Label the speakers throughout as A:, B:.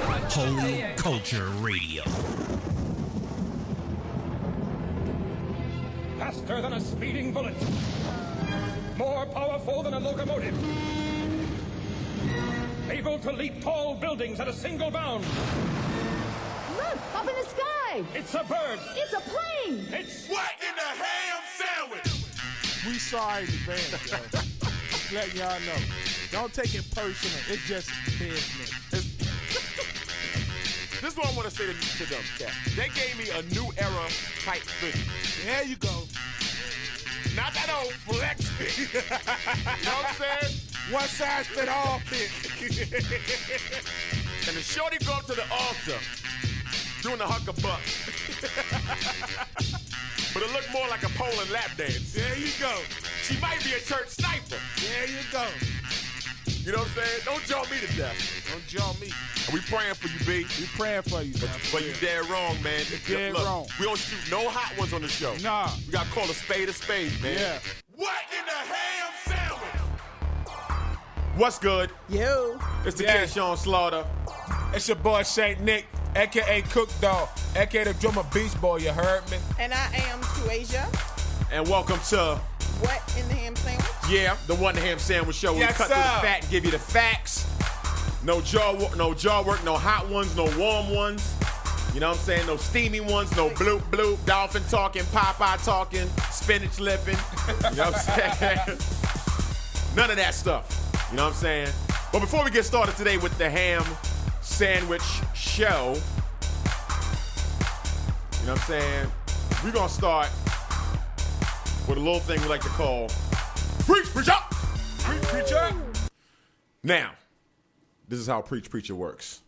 A: Holy Culture Radio.
B: Faster than a speeding bullet. More powerful than a locomotive. Able to leap tall buildings at a single bound.
C: Look, up in the sky!
B: It's a bird.
C: It's a plane!
B: It's
D: What in the ham sandwich?
E: We sorry in advance, yo. Just letting y'all know. Don't take it personal. It's just business.
D: This is what I want to say to, to them. That they gave me a new era type vision.
E: There you go.
D: Not that old flex thing. you know what I'm saying?
E: One size fit all fit.
D: And the shorty go to the altar doing the hucker buck. but it looked more like a pole and lap dance.
E: There you go.
D: She might be a church sniper.
E: There you go.
D: You know what I'm saying? Don't jaw me to death.
E: Don't jaw me.
D: And we praying for you, B.
E: We praying for you, man.
D: But you dead wrong, man. You
E: dead wrong.
D: We don't shoot no hot ones on the show.
E: Nah.
D: We gotta call a spade a spade, man.
E: Yeah.
D: What in the ham sandwich? What's good?
E: Yo.
D: It's the
E: Yeah.
D: kid Sean Slaughter.
E: It's your boy Saint Nick, aka Cook Dog, aka the drummer Beast Boy. You heard me?
F: And I am Tuasia.
D: And welcome to
F: What in the ham sandwich?
D: Yeah, the one ham sandwich show. We
E: Yes,
D: cut through the
E: sir.
D: fat and give you the facts. No jaw, wo- no jaw work, no hot ones, no warm ones. You know what I'm saying? No steamy ones, no bloop bloop, dolphin talking, Popeye talking, spinach lipping. You know what I'm saying? None of that stuff. You know what I'm saying? But before we get started today with the ham sandwich show, you know what I'm saying? We're gonna start with a little thing we like to call Preach Preacher! Preach Preacher! Now, this is how Preach Preacher works.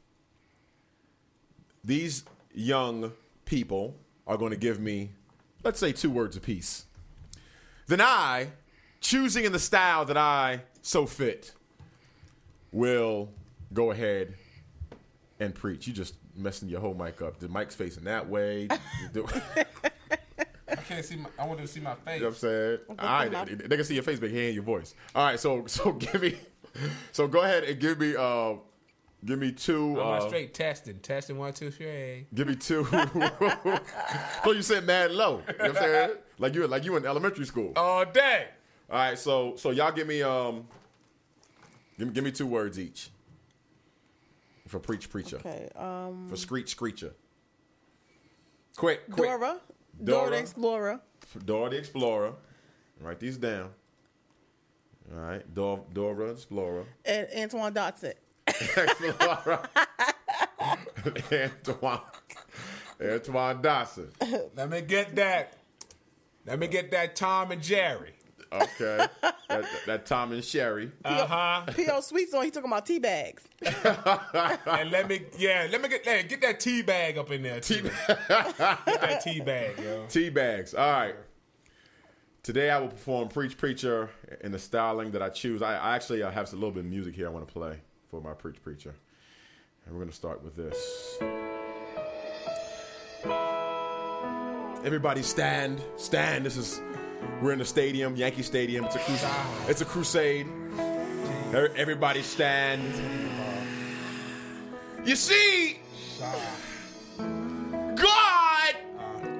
D: These young people are gonna give me, let's say, two words apiece. Then I, choosing in the style that I so fit, will go ahead and preach. You just messing your whole mic up. The mic's facing that way. You do-
E: I can't see. My, I want to see my face.
D: You know what I'm saying? All right, they, they can see your face, but they can't hear your voice. All right, so so give me, so go ahead and give me, uh, give me two,
E: I'm
D: uh,
E: straight testing, testing one, two, three.
D: give me two. so you said mad low. You know what I'm saying? Like you like you in elementary school. All
E: All day.
D: right, so so y'all give me um, give me, give me two words each for preach preacher
F: Okay. Um,
D: for screech screecher. Quick, quick.
F: Dora. Dora.
D: Dora.
F: the Explorer.
D: Dora the Explorer. Write these down. All right, Dora, Dora the Explorer.
F: And Antoine Dotson.
D: Explorer. Antoine. Antoine Dawson.
E: Let me get that. Let me get that Tom and Jerry.
D: Okay. that, that Tom and Sherry.
E: Uh huh.
F: P.O. Sweets on. He talking about tea bags.
E: and let me, yeah, let me get, hey, get that tea bag up in there. Tea bag. get that tea bag, yo.
D: Tea bags. All right. Today I will perform Preach Preacher in the styling that I choose. I, I actually uh, have a little bit of music here I want to play for my Preach Preacher. And we're going to start with this. Everybody stand, stand. This is we're in the stadium, Yankee Stadium. It's a crusade. It's a crusade. Every- Everybody stand. You see, God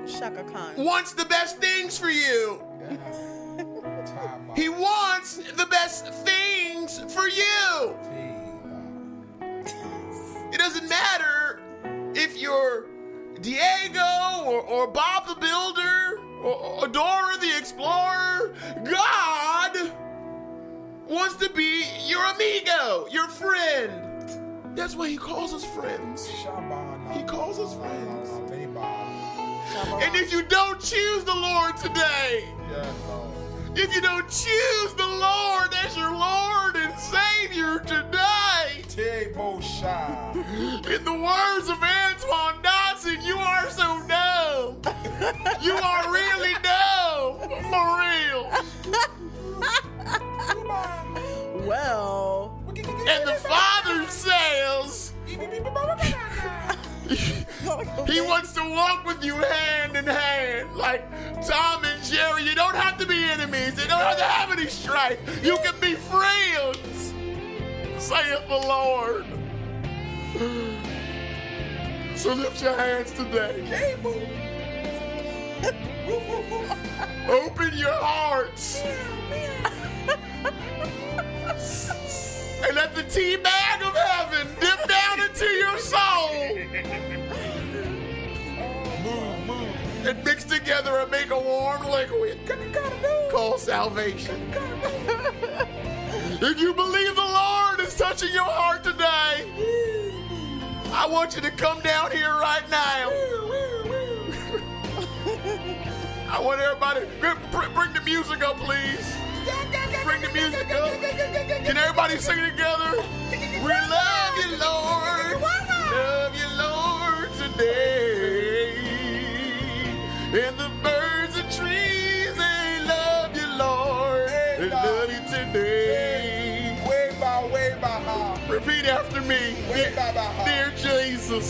F: Shaka Khan.
D: wants the best things for you. He wants the best things for you. It doesn't matter if you're Diego or, or Bob the Builder or, or Dora the Explorer. God wants to be your amigo, your friend. That's why he calls us friends. He calls us friends. And if you don't choose the Lord today, if you don't choose the Lord as your Lord and Savior today, in the words of Antoine Dodson, you are so dumb. You are really dumb. For real.
F: Well.
D: And the Father says, He wants to walk with you hand in hand, like Tom and Jerry. You don't have to be enemies. You don't have to have any strife. You can be friends, saith the Lord. So lift your hands today. Open your hearts. and let the tea bag of heaven dip down into your soul. Move, move. And mix together and make a warm liquid called salvation. If you believe the Lord is touching your heart today, I want you to come down here right now. I want everybody, br- br- bring the music up, please. Bring the music up. Can everybody sing together? We love you, Lord. Love you, Lord, today. And the birds and trees, they love you, Lord. They love you today.
G: Way by, way by high.
D: Repeat after me.
G: Way by, by high.
D: Dear Jesus,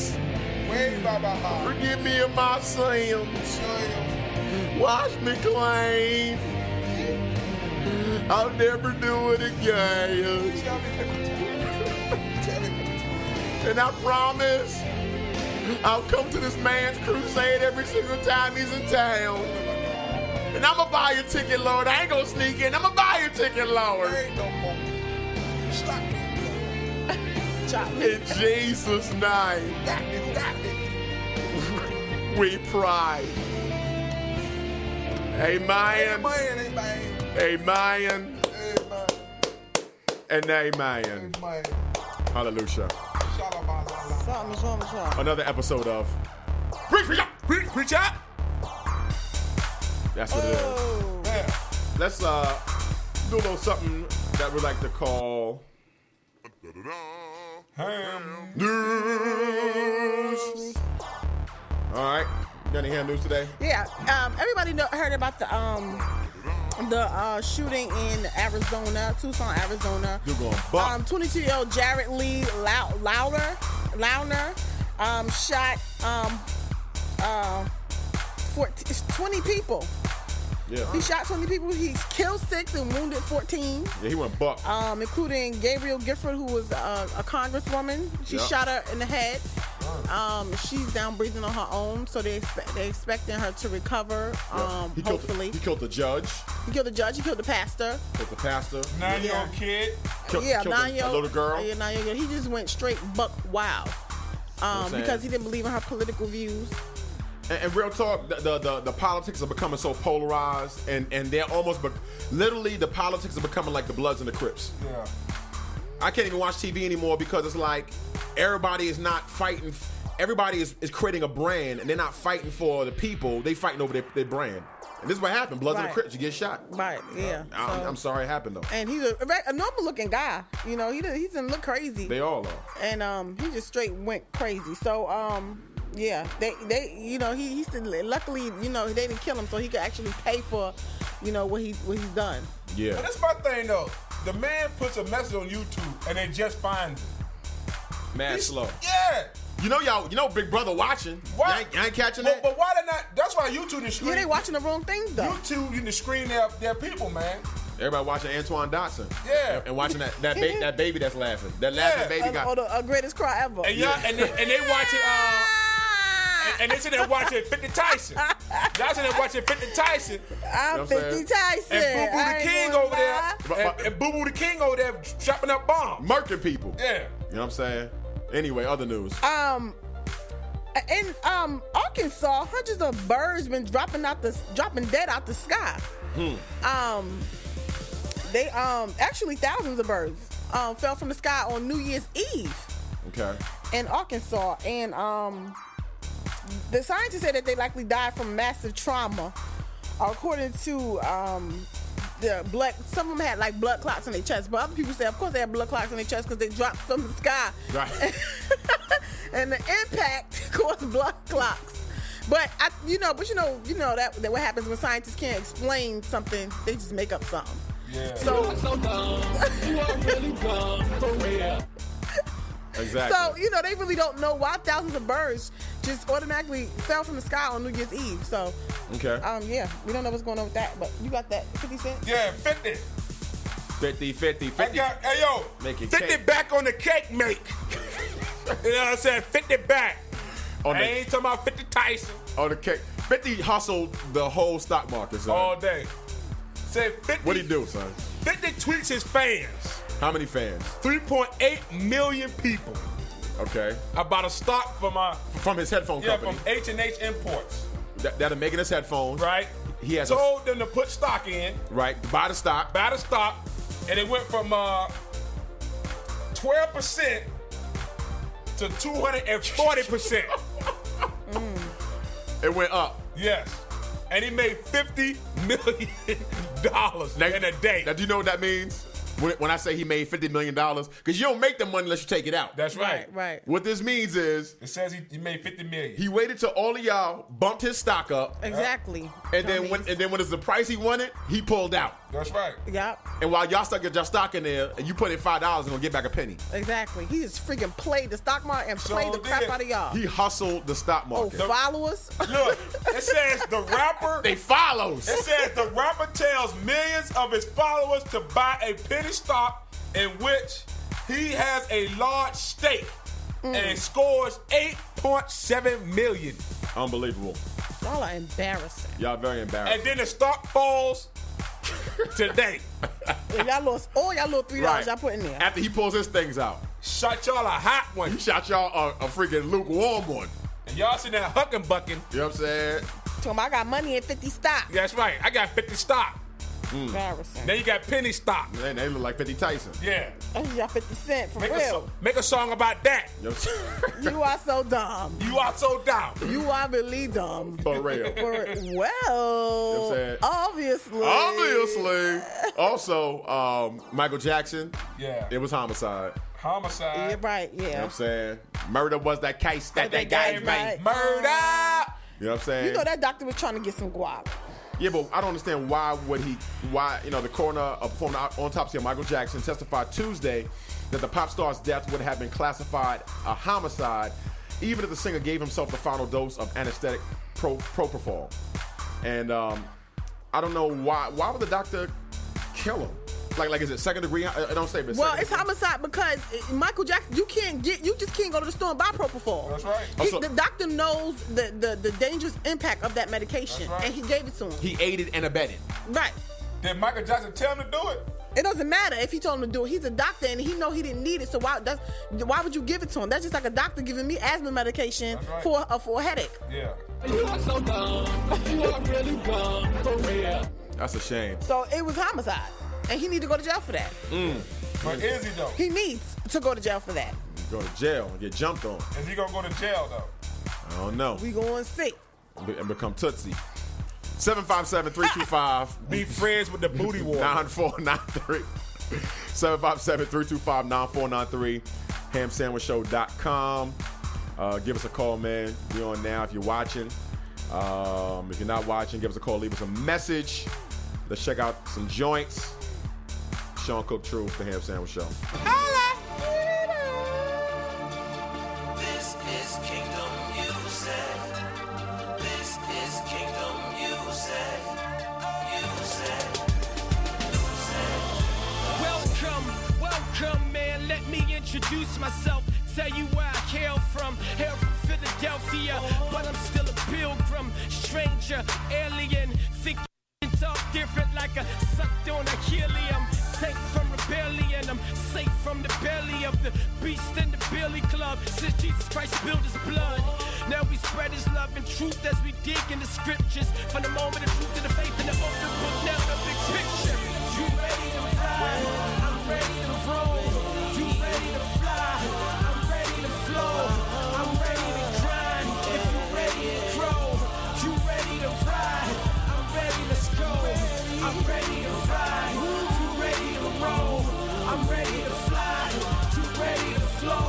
G: Way by, by high.
D: forgive me of my sins. Wash me clean. I'll never do it again. And I promise I'll come to this man's crusade every single time he's in town. And I'm going to buy your ticket, Lord. I ain't going to sneak in. I'm going to buy your ticket, Lord. In Jesus' name, we pray. Amen. Amen. And amen. Hallelujah.
F: Something's wrong with y'all.
D: Another episode of Preach, Preach Out. Preach, Preach Out. That's what it is.
F: Oh,
D: Let's uh do a little something that we like to call
E: Ham.
D: news. All right, got any hand news today?
F: Yeah, um, everybody know, heard about the um the uh, shooting in Arizona, Tucson, Arizona.
D: You're going buck.
F: Um, 22 year old Jared Lee Lou- Louder, Louder, um, shot um, uh, 14, 20 people.
D: yeah.
F: He shot 20 people. He killed six and wounded 14,
D: yeah, he went buck.
F: um, including Gabriel Gifford, who was uh, a congresswoman. She
D: Yeah.
F: shot her in the head. Um, she's down breathing on her own, so they expect, they expecting her to recover. Um,
D: he killed
F: hopefully,
D: The, he killed the judge,
F: he killed the judge. He killed the pastor.
D: killed the pastor,
E: Nine year old
F: Yeah.
E: kid.
D: killed,
F: yeah,
D: killed
F: nine
D: the-
F: year
D: a little girl.
F: Yeah, nine year old. He just went straight buck wild. Um,
D: saying?
F: because he didn't believe in her political views.
D: And, and real talk, the, the the the politics are becoming so polarized, and and they're almost, be- literally, the politics are becoming like the Bloods and the Crips.
E: Yeah.
D: I can't even watch TV anymore because it's like everybody is not fighting. Everybody is, is creating a brand, and they're not fighting for the people. They fighting over their, their brand, and this is what happened. Bloods and the
F: Right.
D: Crips, you get shot.
F: Right. Yeah.
D: I,
F: so-
D: I'm sorry it happened though.
F: And he's a, a re- a normal looking guy. You know, he didn't, he didn't look crazy.
D: They all are.
F: and um, he just straight went crazy. So um, yeah, they they you know he he said luckily you know they didn't kill him, so he could actually pay for you know what he what he's done.
D: Yeah.
E: But that's my thing though. The man puts a message on YouTube and they just finds it.
D: Mad slow.
E: Yeah.
D: You know y'all. You know Big Brother watching.
E: Why?
D: Why? Y'all, ain't catching
E: But,
D: that.
E: but why they not? That's why YouTube didn't
F: Yeah,
E: screen.
F: they watching the wrong things though.
E: YouTube didn't screen their, their people, man.
D: Everybody watching Antoine Dotson.
E: Yeah.
D: And, and watching that that, ba- that baby that's laughing. That laughing
E: Yeah.
D: baby
F: Or,
D: got.
F: or the uh, greatest cry ever.
E: And y'all, and they, and they watching, uh, and, and they sitting there watching 50 Tyson. Y'all sitting there watching 50 Tyson.
F: I'm
D: know what I'm
F: 50
D: saying?
F: Tyson.
E: And Boo Boo
F: I
E: the
F: ain't
E: King
F: gonna
E: over there.
F: lie.
D: But-
E: And,
D: but-
E: and Boo Boo the King over there dropping up bombs.
D: murking people.
E: Yeah.
D: You know what I'm saying? Anyway, other news.
F: Um. In um Arkansas, hundreds of birds been dropping out the dropping dead out the sky. Um, they um actually thousands of birds um fell from the sky on New Year's Eve
D: Okay.
F: in Arkansas, and um the scientists say that they likely died from massive trauma. According to um the blood, some of them had like blood clots in their chest, but other people say of course they had blood clots in their chest because they dropped from the sky
D: Right.
F: and the impact caused blood clots. But I, you know, but you know, you know that, that what happens when scientists can't explain something, they just make up something.
E: Yeah.
F: So,
D: exactly.
F: so you know, they really don't know why thousands of birds just automatically fell from the sky on New Year's Eve. So,
D: okay.
G: uh,
F: um, yeah, we don't know what's going on with that. But you got that fifty cent?
E: Yeah, 50.
D: 50,
E: I
D: 50, 50.
E: got, hey, yo,
D: Make it
E: 50
D: cake.
E: back on the cake make. you know what I'm saying? 50 back.
D: On
G: I
D: the,
G: ain't talking about 50 Tyson
D: on Oh, the cake. 50 hustled the whole stock market, son.
G: all day. Said 50,
D: What'd he do, son?
G: 50 tweets his fans,
D: How many fans?
G: 3.8 million people.
D: Okay.
G: I bought a stock for my
D: From his headphone
G: yeah
D: company.
G: from H and H Imports,
D: that, that are making us headphones.
G: right?
D: He has a-
G: told them to put stock in,
D: Right. To buy the stock.
G: buy the stock, and it went from uh twelve percent to two hundred and forty percent.
D: It went up.
G: Yes, and he made fifty million dollars in a day.
D: Now, do you know what that means? When, when I say he made $50 million? Because you don't make the money unless you take it out.
G: That's right.
F: Right, right.
D: what this means is
G: It says he, he made fifty million.
D: he waited till all of y'all bumped his stock up.
F: Exactly.
D: And then when and then when it's the price he wanted, he pulled out.
G: That's right.
F: Yep.
D: And while y'all stuck your stock in there, and you put in five dollars and gonna get back a penny.
F: Exactly. He just freaking played the stock market and
G: Sure
F: played the crap
G: did.
F: out of y'all.
D: He hustled the stock
F: oh,
D: market.
F: followers.
G: Look, it says the rapper.
D: they follows.
G: It says the rapper tells millions of his followers to buy a penny stock in which he has a large stake and scores 8.7 million.
D: Unbelievable.
F: y'all are embarrassing.
D: Y'all very
G: And
D: embarrassed.
G: then the stock falls today.
F: If y'all lost all y'all little three dollars y'all put in there.
D: After he pulls his things out,
G: Shot y'all a hot
D: he
G: one.
D: shot y'all a, a freaking lukewarm one.
G: And y'all sitting there hucking bucking.
D: You know what I'm saying?
F: Told him I got money in fifty stock.
G: That's right. I got 50 stock.
F: Embarrassing.
G: Then you got penny stock.
D: Man, they look like 50 Tyson.
G: Yeah.
F: That's y'all fifty cent for
G: Make a, so-
F: real.
G: make a song about that.
D: You know what I'm saying?
F: you are so dumb.
G: You are so down.
F: You are really dumb.
D: For real.
F: For well,
D: saying?
F: obviously.
D: Obviously. Also, um, Michael Jackson.
G: Yeah.
D: It was homicide. You know
G: Homicide.
F: Yeah, right.
D: what
F: Yeah.
D: I'm saying? Murder was that case that that
F: That
D: guy
F: guy
D: made.
F: made.
G: Murder.
D: You know what I'm saying?
F: You know that doctor was trying to get some guap.
D: Yeah, but I don't understand why would he? Why you know the coroner uh, performed an autopsy on Michael Jackson testified Tuesday that the pop star's death would have been classified a homicide, even if the singer gave himself the final dose of anesthetic pro, propofol. And um, I don't know why. Why would the doctor kill him? Like, like is it second degree? I, I don't say, but
F: Well,
D: second
F: it's
D: degree.
F: homicide because it- Michael Jackson. You can't get. You just can't go to the store and buy propofol.
G: That's right.
F: He-
D: Also-
F: the doctor knows the, the the dangerous impact of that medication,
G: That's right.
F: and he gave it to him.
D: he aided and abetted.
F: right.
G: Did Michael Jackson tell him to do it?
F: It doesn't matter if he told him to do it. He's a doctor, and he know he didn't need it. So why that's, why would you give it to him? That's just like a doctor giving me asthma medication
G: That's right.
F: for uh, for a headache.
G: Yeah.
D: That's a shame.
F: So it was homicide, and he need to go to jail for that.
G: But is he though?
F: He needs to go to jail for that.
D: Go to jail and get jumped on.
G: Is he gonna go to jail though?
D: I don't know.
F: We going see.
D: Be- And become Tootsie. Seven five seven three two five.
G: Be friends with the booty war.
D: 9493. 757 325 9493. HamSandwichShow.com. Uh, give us a call, man. we on now if you're watching. Um, if you're not watching, give us a call. Leave us a message. Let's check out some joints. Sean Cook True, The Ham Sandwich Show.
H: This is Kingdom Music. This is Kingdom Music. Music.
I: Welcome, welcome, man. Let me introduce myself. Tell you where I hail from. Hail from Philadelphia, but I'm still a pilgrim, stranger, alien. Think and talk different like a sucked on a helium. Safe from rebellion, I'm safe from the belly of the beast and the billy club. Since Jesus Christ spilled his blood, now we spread his love and truth as we dig in the scriptures. From the moment of truth to the faith in the open book, now the big picture. You ready to fly? I'm ready to roll. You ready to fly? I'm ready to flow. I'm ready to grind. If you ready to grow, you ready to ride. I'm ready to score. I'm ready to ride. You ready to roll? I'm ready to fly. You ready to flow?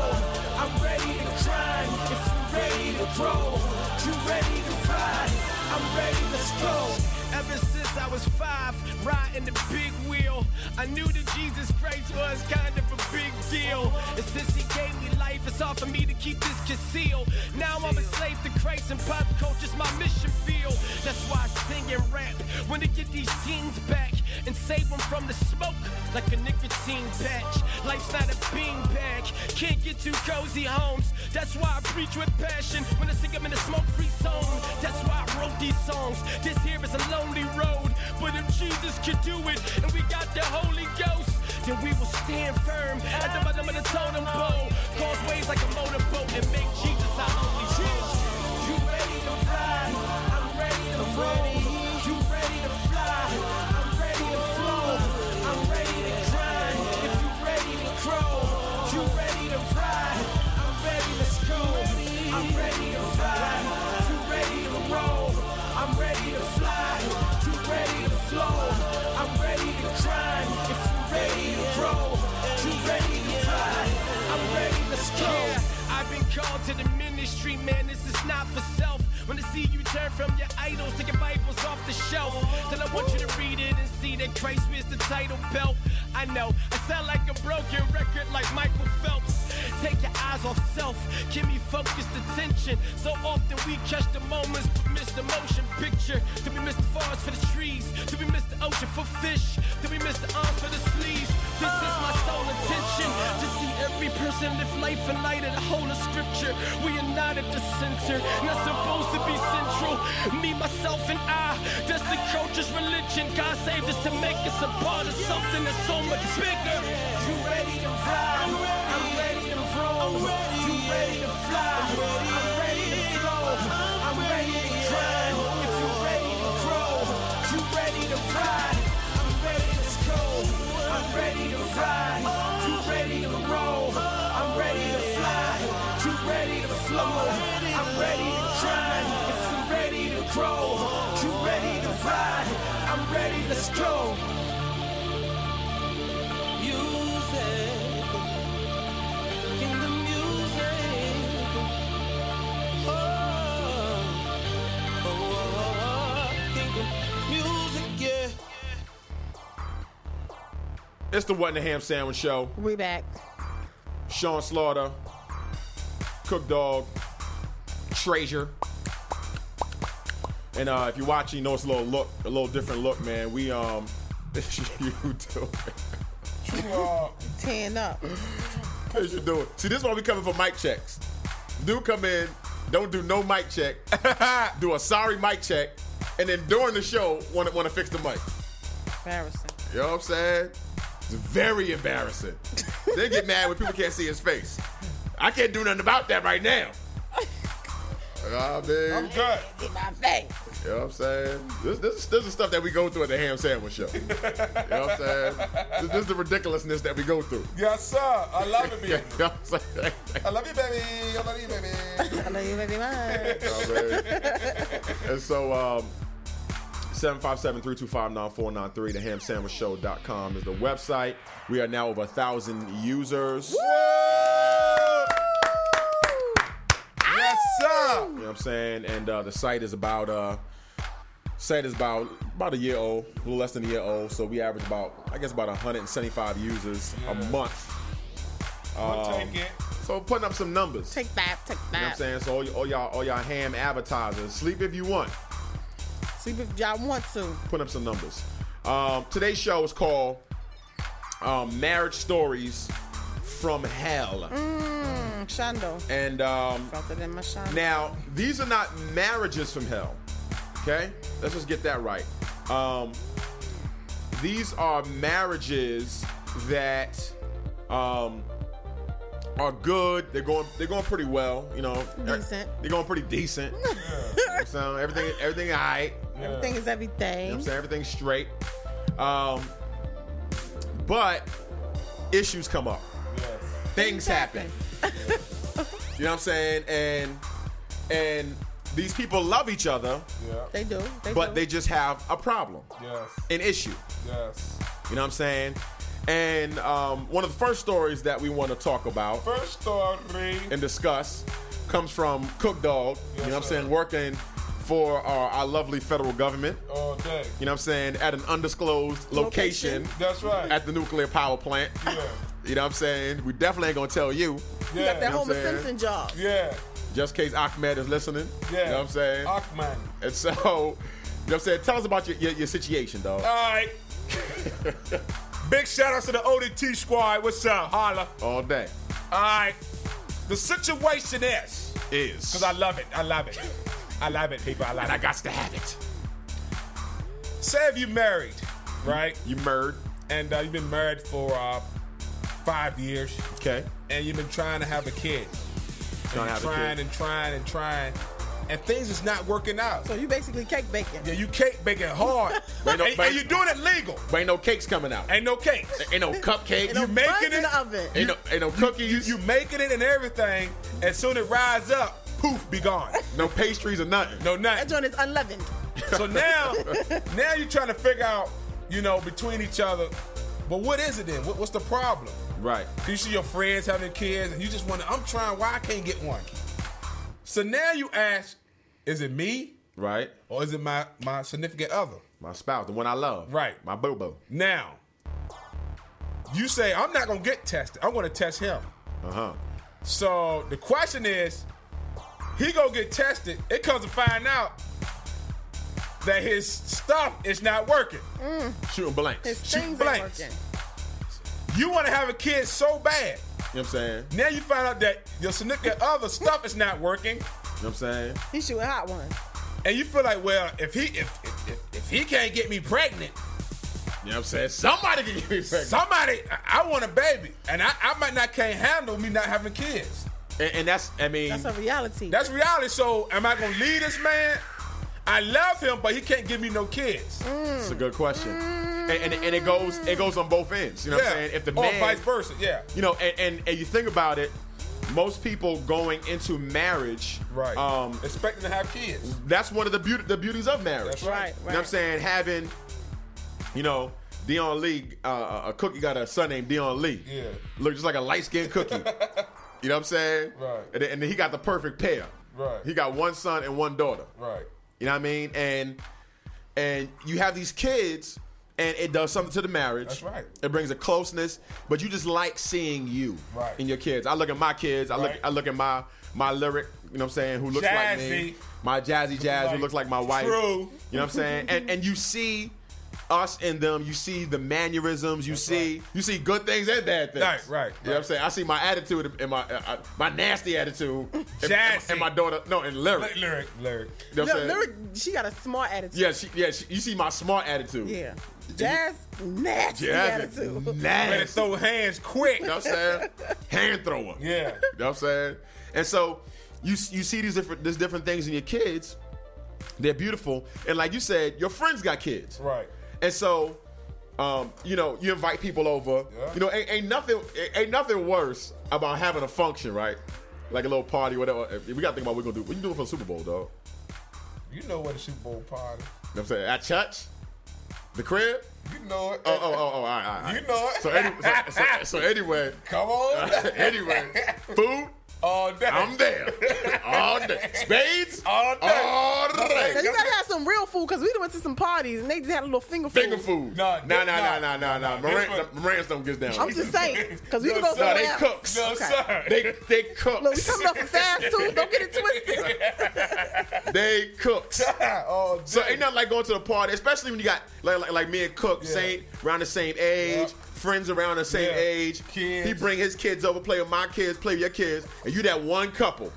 I: I'm ready to grind. If you ready to grow, you ready to ride. I'm ready to score. Ever since I was five, riding the big wheel, I knew that Jesus Christ was kind of a big deal. And since he gave me life, it's hard for me to keep this concealed. Now I'm a slave to craze and pop culture's my mission field. That's why I sing and rap. When to get these teens back and save them from the smoke like a nicotine patch. Life's not a beanbag. Can't get too cozy homes. That's why I preach with passion. When I sing, I'm in a smoke-free zone. That's why I wrote these songs. This here is a lonely road. But if Jesus could do it, and we got the Holy Ghost, then we will stand firm at the bottom of the totem pole. Cause waves like a motorboat and make Jesus our only shield. You ready to fly? I'm ready to roll. You ready to fly? I'm ready to flow. I'm ready to grind. If you ready to grow, you ready to ride. I'm ready, let's go. I'm ready to fly. You ready to roll? I'm ready to fly. You ready to flow? I'm ready to grind. If you ready to grow, you ready to fly. I'm ready, let's go. I've been called to the ministry, man. This is not for self. When I see you turn from your idols to your Bibles off the shelf, then I want you to read it and see that Christ wears the title belt. I know I sound like a broken record, like Michael Phelps. Take your eyes off self, give me focused attention. So often we catch the moments, but miss the motion picture. Do we miss the forest for the trees? Do we miss the ocean for fish? Do we miss the arms for the sleeves? This is my sole intention to see every person live life in light of the whole of Scripture. We are not at the center, not supposed to be central. Me, myself, and I. That's the culture's religion. God saved us to make us a part of something that's so much bigger. You ready to ride? I'm ready to roll. You ready to fly? I'm ready to flow. I'm ready to grind. If you're ready to grow, you ready to ride. I'm ready to go. I'm ready to ride. You ready to roll? I'm ready to fly. You ready to flow? I'm ready to grind. If you ready to grow, you ready to ride. I'm ready. Let's go.
H: Oh, oh.
D: It's the What in the Ham Sandwich Show.
F: We back.
D: Sean Slaughter, Cook Dog, Treasure. And uh, if you're watching, you know it's a little look, a little different look, man. We um, it's you do
F: Tan up.
D: As you do it. See, this is why we coming for mic checks. Do come in, don't do no mic check, do a sorry mic check, and then during the show, want to want to fix the mic.
F: Embarrassing.
D: You know what I'm saying? It's very embarrassing. they get mad when people can't see his face. I can't do nothing about that right now. Ah, man.
G: I'm good.
F: In my face.
D: You know what I'm saying? This, this, is- this is stuff that we go through at the Ham Sandwich Show. You know what I'm saying? This, this is the ridiculousness that we go through.
G: Yes, sir. I love it,
D: You know
G: baby.
D: what I'm saying?
G: I love you, baby. I love you, baby.
F: I love you very much.
D: You know what I'm saying? and so, um, 757-325-9493, thehamsandwichshow.com is the website. We are now over a thousand users.
G: Yes, sir.
D: You know what I'm saying? And uh, the site is about uh site is about about a year old, a little less than a year old. So we average about I guess about 175 users a month. Um,
G: I'll take it.
D: So putting up some numbers.
F: Take that. Take
D: you know what I'm
F: that.
D: saying? So all, y- all y'all all y'all ham advertisers, sleep if you want.
F: Sleep if y'all want to.
D: Put up some numbers. Um, today's show is called um, Marriage Stories from Hell.
F: Mm, Shondo.
D: And um,
F: Felt it in my shondo.
D: Now, these are not marriages from hell. Okay? Let's just get that right. Um, these are marriages that um, are good. They're going they're going pretty well, you know.
F: Decent.
D: They're going pretty decent. so everything everything all right.
F: Everything is
D: You know what
F: everything.
D: I'm saying? Everything's straight. Um, but issues come up. Things happen. you know what I'm saying? And and these people love each other,
F: They do. They
D: but
F: do.
D: they just have a problem,
G: Yes.
D: an issue.
G: Yes.
D: You know what I'm saying? And um, one of the first stories that we want to talk about
G: First story.
D: and discuss comes from Cook Dog. you know what I'm saying? Working for our, our lovely federal government.
G: All day.
D: You know what I'm saying? At an undisclosed location.
G: That's right.
D: at the nuclear power plant.
G: yeah.
D: You know what I'm saying? We definitely ain't gonna tell you.
F: You got
J: Yeah.
F: that
D: know what
F: Homer
D: I'm saying?
F: Simpson job.
J: Yeah.
D: Just in case Ahmed is listening.
J: Yeah.
D: You know what I'm saying?
G: Ah.
J: Achman.
D: and so, you know what I'm saying? Tell us about your, your, your situation, dog.
G: All right. Big shout out to the ODT squad. What's up? Holla.
D: All day.
G: All right. The situation is,
D: Is.
G: because I love it. I love it. I love it, people. I love it. I got to have it. Say if you married, right?
D: You murdered.
G: And uh, you've been married for uh, five years,
D: Okay.
G: and you've been trying to have a kid.
D: Trying to
G: and
D: have a
G: trying
D: kid.
G: and trying and trying, and things is not working out.
F: So you basically cake baking.
G: Yeah, you cake baking hard,
D: Wait, no,
G: and,
D: wait.
G: and you're doing it legal.
D: But ain't no cakes coming out.
G: Ain't no cakes.
D: Ain't no cupcakes.
F: No
G: you making
F: buns in
G: it?
F: the oven.
D: ain't, no, ain't no cookies.
G: You making it and everything, and soon it rise up, poof, be gone.
D: no pastries or nothing.
G: No
F: That
G: nothing.
F: joint is unleavened.
G: So now, now you're trying to figure out, you know, between each other. But what is it then? What, what's the problem?
D: Right.
G: You see your friends having kids, and you just wonder, I'm trying, why I can't get one? So now you ask, is it me
D: Right.
G: or is it my my significant other?
D: My spouse, the one I love.
G: Right.
D: My boo boo.
G: Now, you say, I'm not gonna get tested. I'm gonna test him.
D: Uh huh.
G: So the question is, he gonna get tested. It comes to find out that his stuff is not working.
D: Shooting blanks.
F: His
G: Shoot
F: things ain't
G: blanks.
F: working.
G: You want to have a kid so
D: You
G: bad.
D: know what I'm saying? You
G: Now you find out that your significant other stuff is not working,
D: know what I'm saying?
F: He's shooting hot ones.
G: and you feel like, well, if he if if, if, if he can't get me pregnant,
D: You know what I'm saying? Somebody can give me pregnant.
G: somebody I, I want a baby, and I, I might not can't handle me not having kids.
D: and, and that's, I mean,
F: That's a reality.
G: That's reality. So am I gonna leave this man? I love him, but he can't give me no kids.
D: It's a good question,
F: Mm.
D: and, and and it goes it goes on both ends. You know what I'm saying? If the
G: or
D: man,
G: vice versa, yeah.
D: you know, and, and and you think about it, most people going into marriage,
G: Right.
D: Um,
G: expecting to have kids.
D: that's one of the beauty the beauties of marriage.
G: That's
F: right,
D: You know what I'm
F: right.
D: saying? Having, you know, Dion Lee, uh, a cookie got a son named Dion Lee.
G: Yeah.
D: Look just like a light skinned cookie. you know what I'm saying?
G: Right.
D: And then, and then he got the perfect pair.
G: Right.
D: He got one son and one daughter.
G: Right.
D: You know what I mean? And and you have these kids, and it does something to the marriage.
G: That's right.
D: It brings a closeness, but you just like seeing you
G: Right.
D: in your kids. I look at my kids. I look.
G: Right.
D: I look at my my lyric. You know what I'm saying? Who looks like me?
G: Jazzy.
D: My jazzy jazz who
G: Like,
D: looks like my wife.
G: true.
D: You know what I'm saying? and and you see us in them. You see the mannerisms. You see you see good things and bad things.
G: Right, right,
D: You know what I'm
G: right.
D: saying? I see my attitude and my uh, uh, my nasty attitude. and- and, my-
G: Jazzy.
D: and my daughter. No, and lyric. You
G: Lyric, lyric.
D: know what I'm saying?
F: Look, Lyric, she got a smart attitude.
D: Yeah, she, yeah. She, you see my smart attitude.
F: Yeah. Jazz, nasty
D: Jazz is
F: attitude.
G: Better
D: nasty.
G: throw hands quick.
D: You know what I'm saying? Hand thrower.
G: Yeah.
D: You know what I'm saying? And so you you see these different these different things in your kids. They're beautiful, and like you said, your friends got kids,
G: Right.
D: And so, um, you know, you invite people over.
G: Yeah.
D: You know, ain't, ain't nothing ain't nothing worse about having a function, right? Like a little party, whatever. We gotta think about what we're gonna do. What you doing for the Super Bowl, dog?
G: You know what a Super Bowl party.
D: You know what I'm saying? At church, the crib.
G: You know it.
D: Oh, oh, oh, oh, all right, all right.
G: You know it.
D: So, any, so, so, so anyway, uh,
G: Come on.
D: anyway, food,
G: All day.
D: I'm there. All day. Spades,
G: All day.
D: All
F: Now,
D: day.
F: you gotta have some real food because we done went to some parties and they just had a little finger food.
D: Finger food.
G: Nah,
D: nah, nah,
G: this-
D: nah, nah,
G: nah,
D: nah, nah.
G: nah, this
D: Moran,
G: one-
D: Moran's don't get down.
F: I'm just saying because we
G: No,
F: can go
G: sir,
D: nah,
F: somewhere
D: they
F: else.
D: cooks.
G: No,
F: Okay.
G: sir.
D: They they cooks.
F: Look, we coming up for fast too. Don't get it twisted.
D: they cooks.
G: All day.
D: So ain't nothing like going to the party, especially when you got like like, like me and Cook, same around the same age,
G: Yeah.
D: friends around the same
G: Yeah.
D: age.
G: Kids.
D: He bring his kids over, play with my kids, play with your kids, and you that one couple.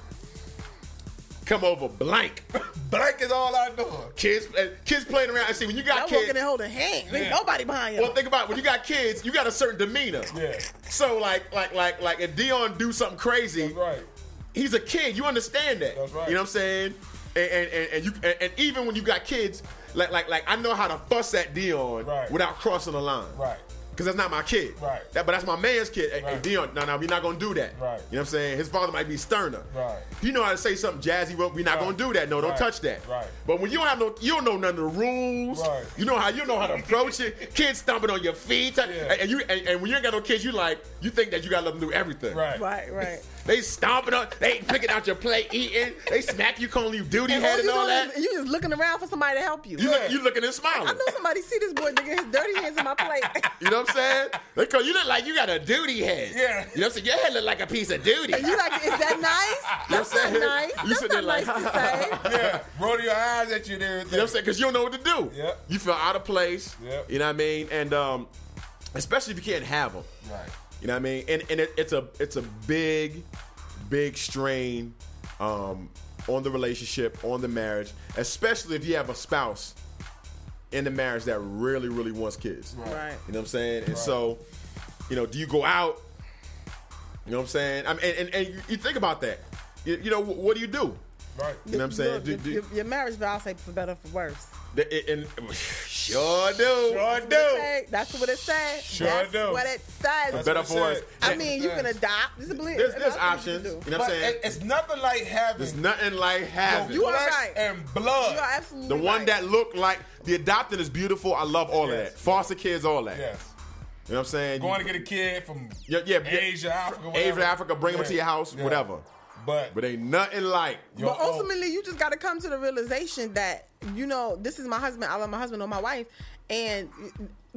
D: Come over blank.
G: Blank is all I know.
D: Kids uh, kids playing around. And see when you got
F: I'm walking and
D: kids.
F: holding hands. Ain't
G: Yeah.
F: nobody behind you.
D: Well, think about it. when you got kids, you got a certain demeanor.
G: Yeah.
D: So like like like like if Dion do something crazy,
G: Right.
D: he's a kid. You understand that.
G: That's right.
D: You know what I'm saying? And and, and, and you and, and even when you got kids, like like like I know how to fuss at Dion
G: Right.
D: without crossing the line.
G: Right.
D: Cause that's not my kid.
G: Right.
D: That, but that's my man's kid. Hey, hey,
G: Right.
D: Dion, no, no, we're not gonna do that.
G: Right.
D: You know what I'm saying? His father might be sterner.
G: Right.
D: You know how to say something jazzy, well, we're not
G: Right.
D: gonna do that. No, don't
G: Right.
D: touch that.
G: Right.
D: But when you don't have no you don't know none of the rules.
G: Right.
D: You know how you know how to approach it. Kids stomping on your feet. And- And you and, and when you ain't got no kids, you like you think that you gotta let them do everything.
G: Right.
F: Right, right.
D: They stomping on. They picking out your plate, eating. They smack you, calling you duty
F: And
D: head
F: all
D: and
F: you
D: all
F: doing
D: that.
F: is you just looking around for somebody to help you.
D: You, look, you looking and
F: I
D: smiling.
F: know somebody see this boy digging his dirty hands in my plate.
D: You know what I'm saying? They call you look like you got a duty head.
G: Yeah.
D: You know what I'm saying? Your head look like a piece of duty.
F: And you like, is that nice?
D: You know what
F: That's
D: I'm
F: not
D: saying?
F: nice.
D: You
F: That's
D: sitting
F: not nice
D: there like-
F: to say.
G: Yeah, roll your eyes at you and everything.
D: You know what I'm saying? Because you don't know what to do.
G: Yep.
D: You feel out of place.
G: Yep.
D: You know what I mean? And um, especially if you can't have them.
G: Right.
D: You know what I mean? And and it, it's a it's a big, big strain um, on the relationship, on the marriage, especially if you have a spouse in the marriage that really, really wants kids.
F: Right.
D: You know what I'm saying? And so, you know, do you go out? You know what I'm saying? I mean, and, and, and you, you think about that. You, you know, wh- what do you do?
G: Right.
D: You know what I'm saying?
F: Look,
D: Do-
F: your,
D: do-
F: your, your marriage vows say for better or for worse.
D: the- it- and, sure do.
G: Sure do.
F: Say- That's what it says.
G: Sure
F: That's
G: do.
F: what it says.
D: Better
G: what it
D: for us.
G: said.
F: I
D: Yeah,
F: mean, you can adopt. There's,
D: there's, there's options. You, know
G: But
D: what I'm saying?
G: it- it's nothing like having
D: There's nothing like having.
F: You are
G: flesh
F: right.
G: and blood.
F: You are absolutely
D: The one
F: right.
D: that looked like the adopted is beautiful. I love all
G: Yes.
D: of that. Foster kids, all that.
G: yes.
D: You know what I'm saying?
G: Going to get a kid from
D: yeah, yeah, yeah.
G: Asia, Africa,
D: Asia,
G: whatever.
D: Africa, bring them
G: Yeah.
D: to your house,
G: Yeah.
D: whatever.
G: But,
D: But ain't nothing like.
G: your
F: But
G: own-
F: ultimately, you just got to come to the realization that you know this is my husband. I love my husband or my wife, and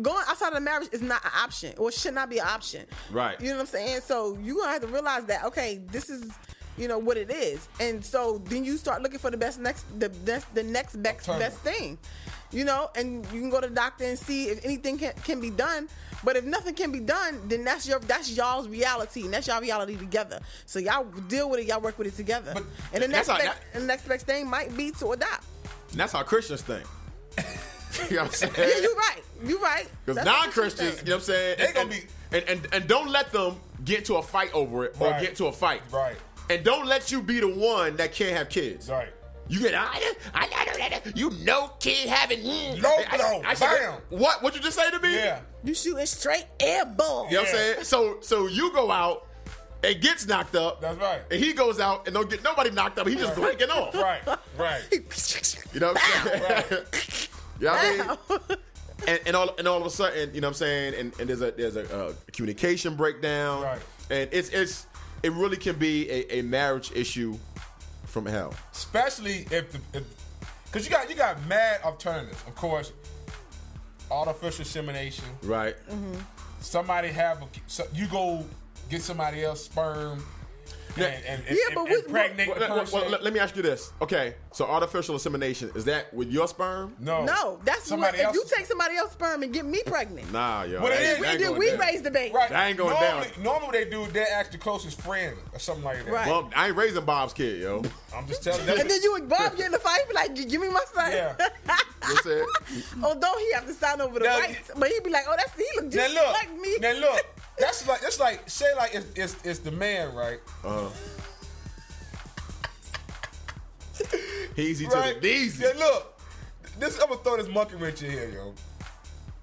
F: going outside of the marriage is not an option or should not be an option.
D: Right.
F: You know what I'm saying? So you gonna have to realize that. Okay, this is you know what it is, and so then you start looking for the best next the best the next best best thing. You know, and you can go to the doctor and see if anything can, can be done. But if nothing can be done, then that's your that's y'all's reality and that's y'all reality together. So y'all deal with it, y'all work with it together.
D: But
F: and the
D: that's
F: next
D: how-
F: best-
D: that-
F: and the next best thing might be to adopt.
D: And that's how Christians think. you know what I'm
F: Yeah,
D: saying?
F: you're right. You're right.
D: Because
F: That's what
D: non Christians,
F: you're
D: you know what I'm saying?
G: They gonna
D: and,
G: be-
D: And, and, and don't let them get into a fight over it or
G: Right.
D: get to a fight.
G: Right.
D: And don't let you be the one that can't have kids.
G: right.
D: You get "Ah, I, I, I, I, you no kid having mm.
G: Low
D: I- I-
G: blow,
D: I should-
G: bam.
D: What? What you just say to me?
G: Yeah.
F: saying. You shooting straight air ball.
D: You know what I'm
G: Yeah.
D: saying? So so you go out and gets knocked up.
G: That's right.
D: And he goes out and don't get nobody knocked up. He just
G: Right.
D: blanking off.
G: Right. Right.
D: You know what I'm saying? you know what I mean? And, and all and all of a sudden, you know what I'm saying? And, and there's a there's a uh, communication breakdown.
G: Right.
D: And it's it's it really can be a, a marriage issue from hell.
G: especially if the if, cause you got you got mad alternatives. Of course, artificial insemination.
D: Right.
G: Mm-hmm. Somebody have a, so you go get somebody else sperm.
D: Yeah.
G: And, and, and,
F: Yeah,
G: and,
F: but
G: and
F: we-
G: impregnate
D: Well,
G: the
D: let- well,
G: person.
D: well, let, let me ask you this. Okay, so artificial insemination is that with your sperm?
G: no,
F: No, that's
G: somebody
F: what,
G: else.
F: if you take somebody else's sperm and get me pregnant.
D: Nah, yo.
G: Well,
D: that
G: it
D: ain't-
G: is-
D: that
F: we
D: ain't
F: did,
D: going
F: we
D: down.
F: raised the baby.
G: right?
D: That ain't going
G: normally,
D: down.
G: Normally they do they ask the closest friend or something like that.
F: Right.
D: Well, I ain't raising Bob's kid, yo. You know
G: I'm just telling
F: And
G: you.
F: then you and Bob get in the fight, be like, give me my son.
G: Yeah.
D: what I'm saying?
F: Although he have to sign over the
G: Now-
F: rights, but he'd be like, oh, that's he look
G: Now
F: just
G: look,
F: like me.
G: now look. That's like that's like say like it's it's, it's the man, right?
D: Easy
G: right?
D: to the easy.
G: Yeah, look, this I'm gonna throw this monkey wrench in here, yo.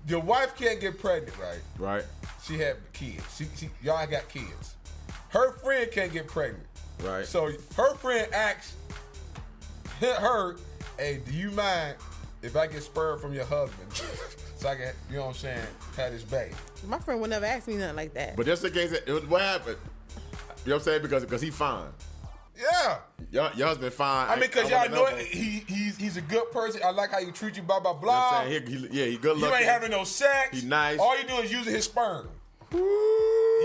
G: Your wife can't get pregnant, right?
D: Right,
G: She had kids. She, she y'all got kids. Her friend can't get pregnant,
D: right.
G: so her friend asks her, "Hey, do you mind if I get spurred from your husband, so I can, you know what I'm saying, have this baby?"
F: My friend would never ask me nothing like that.
D: but just in case it, it was what happened. You know what I'm saying? Because because he fine.
G: Yeah,
D: Your, your husband fine.
G: I mean, cause
D: wanna
G: y'all know
D: him. You
G: he he's he's a good person. I like how you treat you, blah blah
D: know what
G: blah.
D: I'm saying? He, he- yeah, he good
G: You
D: looking.
G: ain't having no sex.
D: He nice.
G: All you do is using his sperm.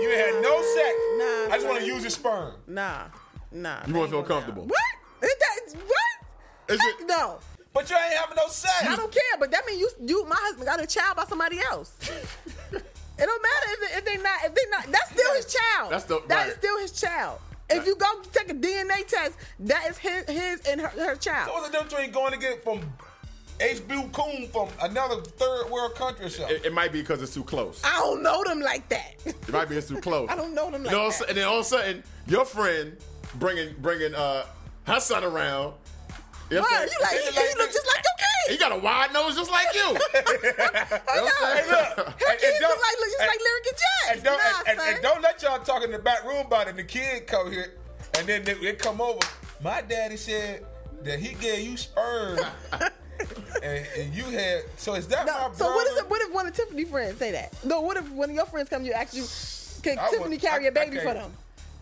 G: You ain't had no sex.
F: Nah,
G: I just want to
F: son.
G: use his sperm.
F: nah, nah.
D: You wanna feel comfortable.
F: What? Is that, what?
D: Is it-
F: Heck no.
G: But you ain't having no sex.
F: I don't care, but that means you, you, my husband got a child by somebody else. it don't matter if they, if they not, if they not, that's still his child.
D: That's the-
F: That is
D: right.
F: still his child. If you go take a DNA test, that is his, his and her, her child.
G: So what's the difference between going to get from HB Coon from another third world country or something?
D: It, it might be because it's too close.
F: I don't know them like that.
D: It might be it's too close.
F: I don't know them like
D: and all of a
F: that.
D: sudden- And then all of a sudden, your friend bringing bringing uh her son around. You know what I'm saying?
F: Word, you like,
G: It's
F: he,
G: like-
F: he look just like
D: He
F: your kid.
D: got a wide nose just like you.
F: I know.
D: Hey, look.
F: Her
G: And- and
F: kids look
G: don't-
F: like, look just
G: and-
F: like Lyric and
G: And
F: Jazz.
G: don't,
F: Nah,
G: and, and-
F: son.
G: and don't let y'all talk in the back room about it. And the kid come here, and then they, they come over. My daddy said that he gave you sperm, and, and you had. So is that
F: No,
G: my
F: so what is
G: brother?
F: it? What if one of Tiffany friends say that? No, what if one of your friends come to you ask you, can
G: I
F: Tiffany
G: would-
F: carry
G: I-
F: a baby
G: I
F: for
G: can't-
F: them?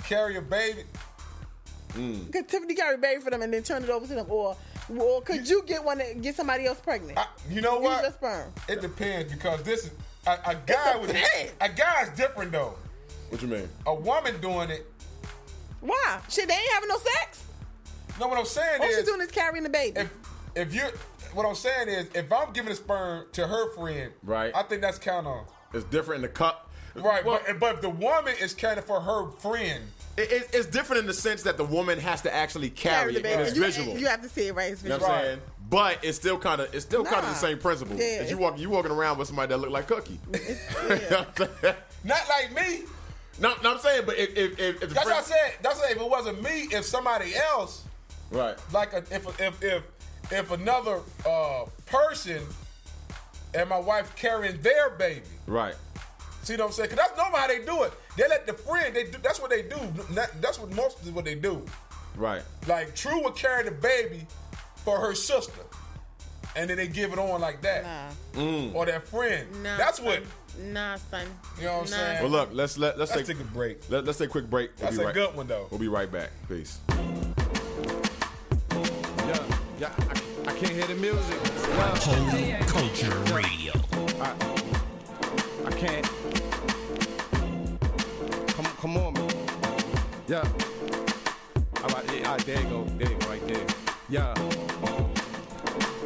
G: carry a baby?
F: Could Tiffany carry a baby for them and then turn it over to them, or or could you get one that get somebody else pregnant?
G: I- you know
F: Use your
G: what?
F: sperm.
G: It depends because this is a, a guy with a guy's different though.
D: What you mean?
G: A woman doing it.
F: Why? Shit, they ain't having no sex.
G: No, what I'm saying
F: All she's
G: is,
F: Oh, doing is carrying the baby.
G: if if you, what I'm saying is, if I'm giving a sperm to her friend,
D: Right.
G: I think that's count on.
D: It's different in the cup.
G: Right, but but if the woman is counting for her friend,
D: It, it, it's different in the sense that the woman has to actually carry,
F: Carry the
D: it, and
F: baby.
D: it's
F: You-
D: visual.
F: You, have to see it, right? It's
D: You know
F: visual.
D: what I'm saying? But it's still kind of it's still kind of
F: Nah.
D: the same principle.
F: Yeah,
D: As you
F: it's-
D: walk you walking around with somebody that look like Cookie.
G: not like me.
D: no, no, I'm saying, but if if if, if the
G: That's what I
D: friend-
G: said. That's what, if it wasn't me, if somebody else,
D: right,
G: like a, if if if if another uh, person and my wife carrying their baby.
D: right,
G: See what I'm saying? Cause that's normally how they do it. They let the friend. They do. That's what they do. Not- that's what most is what they do.
D: right,
G: Like True would carry the baby for her sister, and then they give it on like that, or their friend.
F: Nah,
G: that's what.
F: son. Nah, son.
G: You know what I'm
F: Nah.
G: saying?
D: Well, look, let's let let's
G: Let's
D: take,
G: take a break.
D: Let, us take a quick break. We'll
G: That's
D: be
G: a
D: right-
G: good one though.
D: We'll be right back. Peace.
I: Yeah, yeah, I, I can't hear the music. Well,
A: Whole Culture Radio.
I: I can't. Come, come on, man. Yeah. All right, yeah, all right, Ah, there you go. There you go, right there. Yeah.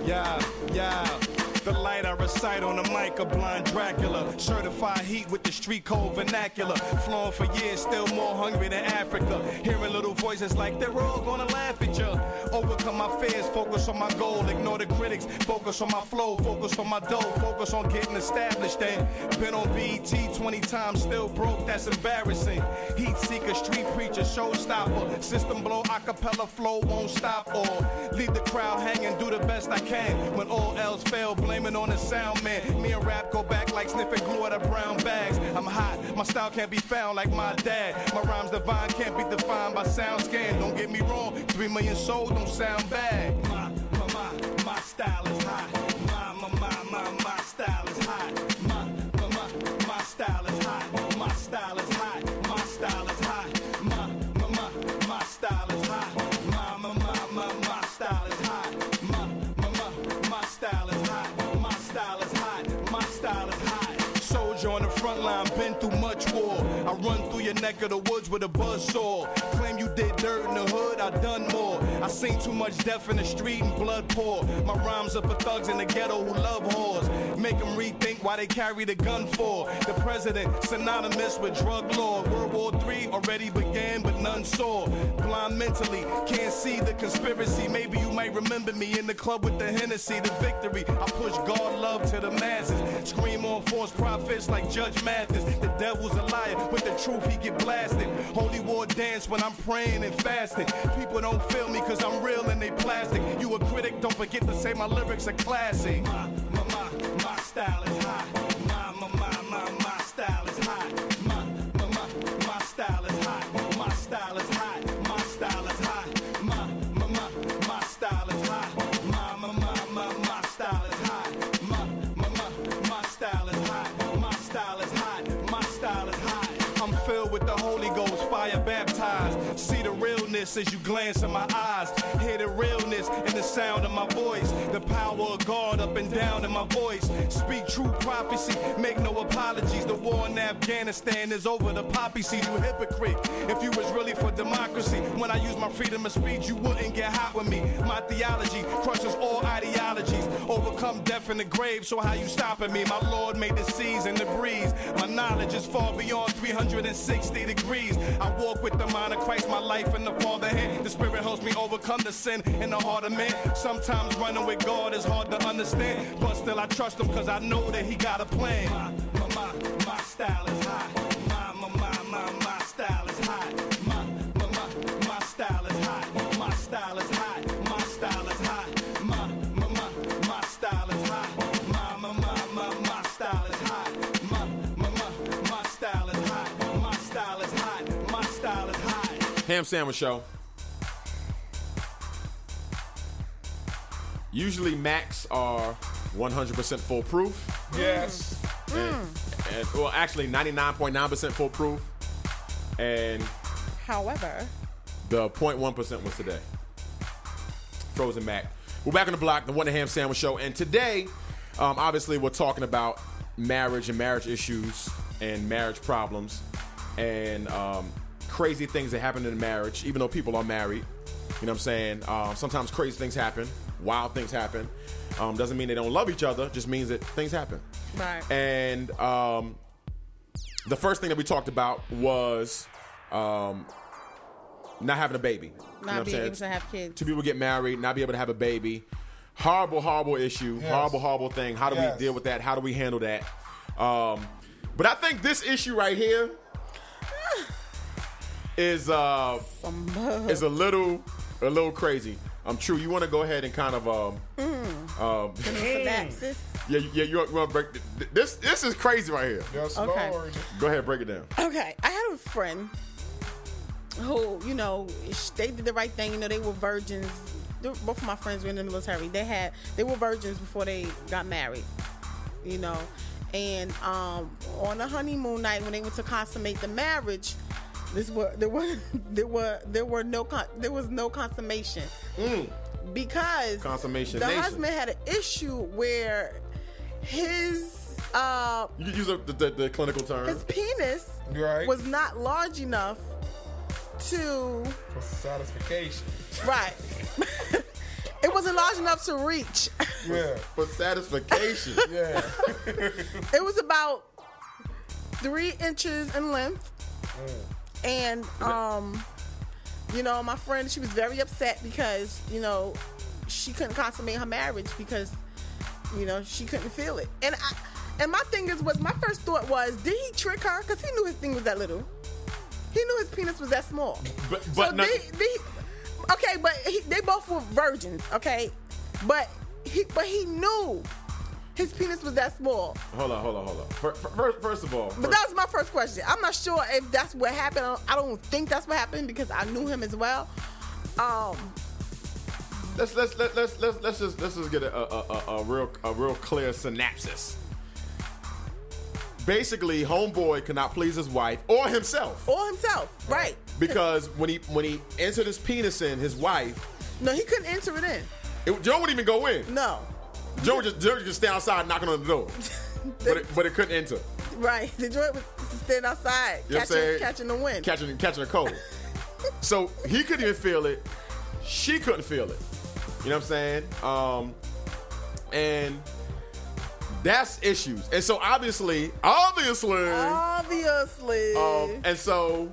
I: Yeah, yeah. The light I recite on the mic, a blind Dracula. Certified heat with the street cold vernacular. Flown for years, still more hungry than Africa. Hearing little voices like they're all gonna laugh at ya. Overcome my fears, focus on my goal. Ignore the critics, focus on my flow, focus on my dough, focus on getting established. And been on BET 20 times, still broke, that's embarrassing. Heat seeker, street preacher, showstopper. System blow, acapella flow won't stop or leave the crowd hanging, do the best I can. When all else fail, blame it on the sound man. Me and rap go back like sniffing glue out of brown bags. I'm hot, my style can't be found like my dad. My rhymes divine can't be defined by sound scan. Don't get me wrong, three million souls don't sound bad. My, my, my, my style is hot. My, my, my, my, my style is hot. My, my, my, my style is hot. My style is hot. My style is hot. My, my, my, my style is hot. My, my, my, my, my style is hot. My, my, my, my style is hot. My style is hot. My style is hot. Soldier on the front line, been through much war. I run through your neck of the woods with a buzzsaw. Claim you did dirt in the hood, I done more. I seen too much death in the street and blood pour. My rhymes are for thugs in the ghetto who love whores. Make them rethink why they carry the gun for. The president, synonymous with drug law. World War III already began, but none saw. Blind mentally, can't see the conspiracy. Maybe you might remember me in the club with the Hennessy, the victory. I push God love to the masses. Scream on false prophets like Judge Mathis. The devil's a liar. With the truth, he get blasted. Holy war dance when I'm praying and fasting. People don't feel me because I'm real and they plastic. You a critic, don't forget to say my lyrics are classic. My, my, my, my style is hot. My, my, my, my, my style is hot. My, my, my, my style is hot. My style is hot. My style is hot. My, my, my, my style is hot. My, my, my, my, my style is hot. My, my, my, my style is hot. My style is hot. My style is hot. I'm filled with the Holy Ghost, fire baptized. See the realness as you glance in my eyes. Hear the realness in the sound of my voice. The power of God up and down in my voice. Speak true prophecy, make no apologies. The war in Afghanistan is over. The poppy seed, you hypocrite. If you was really for democracy, when I use my freedom of speech, you wouldn't get hot with me. My theology crushes all ideologies. Overcome death in the grave, so how you stopping me? My Lord made the seas and the breeze. My knowledge is far beyond 360 degrees. I walk with the mind of Christ, my life in the Father hand. The Spirit helps me overcome the sin in the heart of man. Sometimes running with God is hard to understand, but still I trust Him because I know that He got a plan. My, my, my, my style is hot. My, my, my, my, my style is hot. My, my, my, my style is hot. My style is hot. My style is hot. My, my, my, my style is hot. My, my, my, my, my style is hot. My, my, my, my style is hot. My style is hot. My style is hot.
D: Ham sandwich show. Usually Macs are 100% foolproof.
G: Yes.
D: and well, actually, ninety nine point nine percent foolproof, and
F: However,
D: The 0.1% was today. Frozen Mac. We're back on the block, the One Ham Sandwich Show. And today, um, obviously, we're talking about marriage and marriage issues and marriage problems and um, crazy things that happen in marriage, even though people are married. You know what I'm saying? Uh, sometimes crazy things happen, wild things happen. Um, doesn't mean they don't love each other, just means that things happen.
F: Right.
D: And um, the first thing that we talked about was um, not having a baby.
F: Not being able to have kids.
D: Two people get married, not be able to have a baby. Horrible, horrible issue. Horrible, horrible thing. How do
G: Yes.
D: we deal with that? How do we handle that? Um, but I think this issue right here is uh, is a little a little crazy. Um, true. You want to go ahead and kind of um,
F: Mm.
D: um,
F: synapses.
D: yeah, yeah. You want to break th- this? This is crazy right here.
G: Yes,
F: Okay.
G: Lord.
D: Go ahead, break it down.
F: Okay, I had a friend who, you know, sh- they did the right thing. You know, they were virgins. They- Both of my friends were in the military. They had they were virgins before they got married. You know, and um, on the honeymoon night when they went to consummate the marriage, this were there were there were there were no con- there was no consummation because
D: Mm. Consummation
F: the
D: Nation.
F: husband had an issue where his uh
D: You could use the, the, the clinical term.
F: his penis
G: Right.
F: was not large enough to
G: For satisfaction.
F: right. it wasn't large enough to reach.
G: Yeah.
D: for satisfaction.
G: Yeah.
F: It was about three inches in length,
G: Mm.
F: and um, you know, my friend she was very upset because you know she couldn't consummate her marriage because you know she couldn't feel it. And I, and my thing is was my first thought was did he trick her? Because he knew his thing was that little. He knew his penis was that small.
D: But- but
F: so
D: no-
F: they, they, okay, but he, they both were virgins, okay, but he but he knew his penis was that small.
D: Hold on, hold on, hold on. First, first, first of all,
F: But
D: first-
F: that was my first question. I'm not sure if that's what happened. I don't- I don't think that's what happened because I knew him as well. Um,
D: let's let's let, let's let's let's just let's just get a, a, a, a real a real clear synopsis. Basically, homeboy could not please his wife or himself
F: or himself, right?
D: because when he when he entered his penis in his wife,
F: No, he couldn't enter it in.
D: it, Joe wouldn't even go in.
F: No,
D: Joe would just Joe would just stay outside knocking on the door, but it, but it couldn't enter.
F: right? The joint was standing outside,
D: You know what I'm
F: catching,
D: saying?
F: catching the wind.
D: Catching, catching a cold. so he couldn't even feel it. She couldn't feel it. You know what I'm saying? Um, and that's issues. And so obviously, obviously,
F: Obviously,
D: um, and so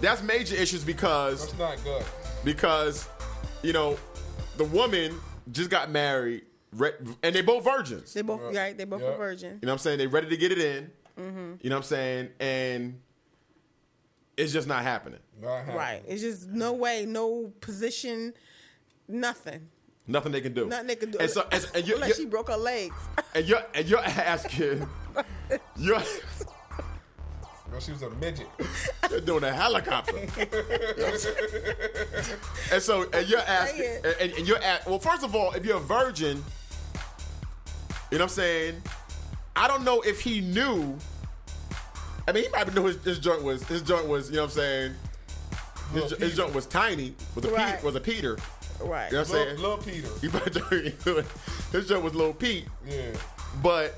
D: that's major issues because
G: That's not good.
D: because you know the woman just got married re- and they both virgins.
F: they both right. They both were
G: Yeah.
F: virgin.
D: You know what I'm saying? They ready to get it in. You know what I'm saying? And it's just not happening.
G: Uh-huh.
F: Right. It's just no way, no position, nothing.
D: Nothing they can do.
F: Nothing they can do.
D: And so, and, and you're,
F: Unless she
D: you're-
F: broke her legs.
D: and you're and you're asking, you're,
G: No, she was a midget.
D: you're doing a helicopter. and so, and you're asking,
F: saying.
D: and, and you're at. Well, first of all, if you're a virgin, you know what I'm saying. I don't know if he knew. I mean, he probably knew his, his joint was his joint was. You know what I'm saying. His,
G: Little
D: his joint was tiny. Was a
F: Right.
D: Peter, was a Peter.
F: right.
D: You know what I'm
G: Little,
D: saying.
G: little Peter.
D: He probably knew it. his joint was little Pete.
G: Yeah.
D: but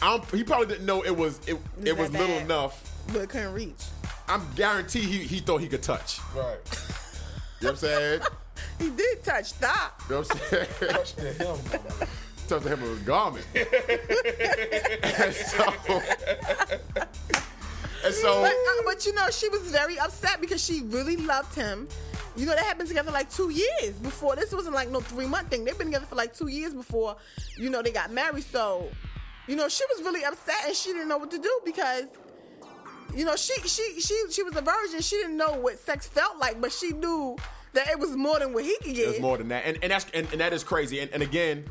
D: I don't, he probably didn't know it was it, it
F: that
D: was little
F: bad.
D: enough.
F: But it couldn't reach.
D: I'm guarantee he he thought he could touch.
G: Right.
D: You know what I'm saying?
F: He did touch that.
D: you know what I'm saying?
G: Touch the him. mama.
D: touch him with a garment. and so, and so
F: But, uh, but you know, she was very upset because she really loved him. You know, they had been together like two years before. This wasn't like no three month thing. They've been together for like two years before, you know, they got married. So, you know, she was really upset and she didn't know what to do because, you know, she she she she was a virgin. She didn't know what sex felt like, but she knew that it was more than what he could
D: It's
F: get.
D: more than that, and and that's and, and that is crazy. And, and again,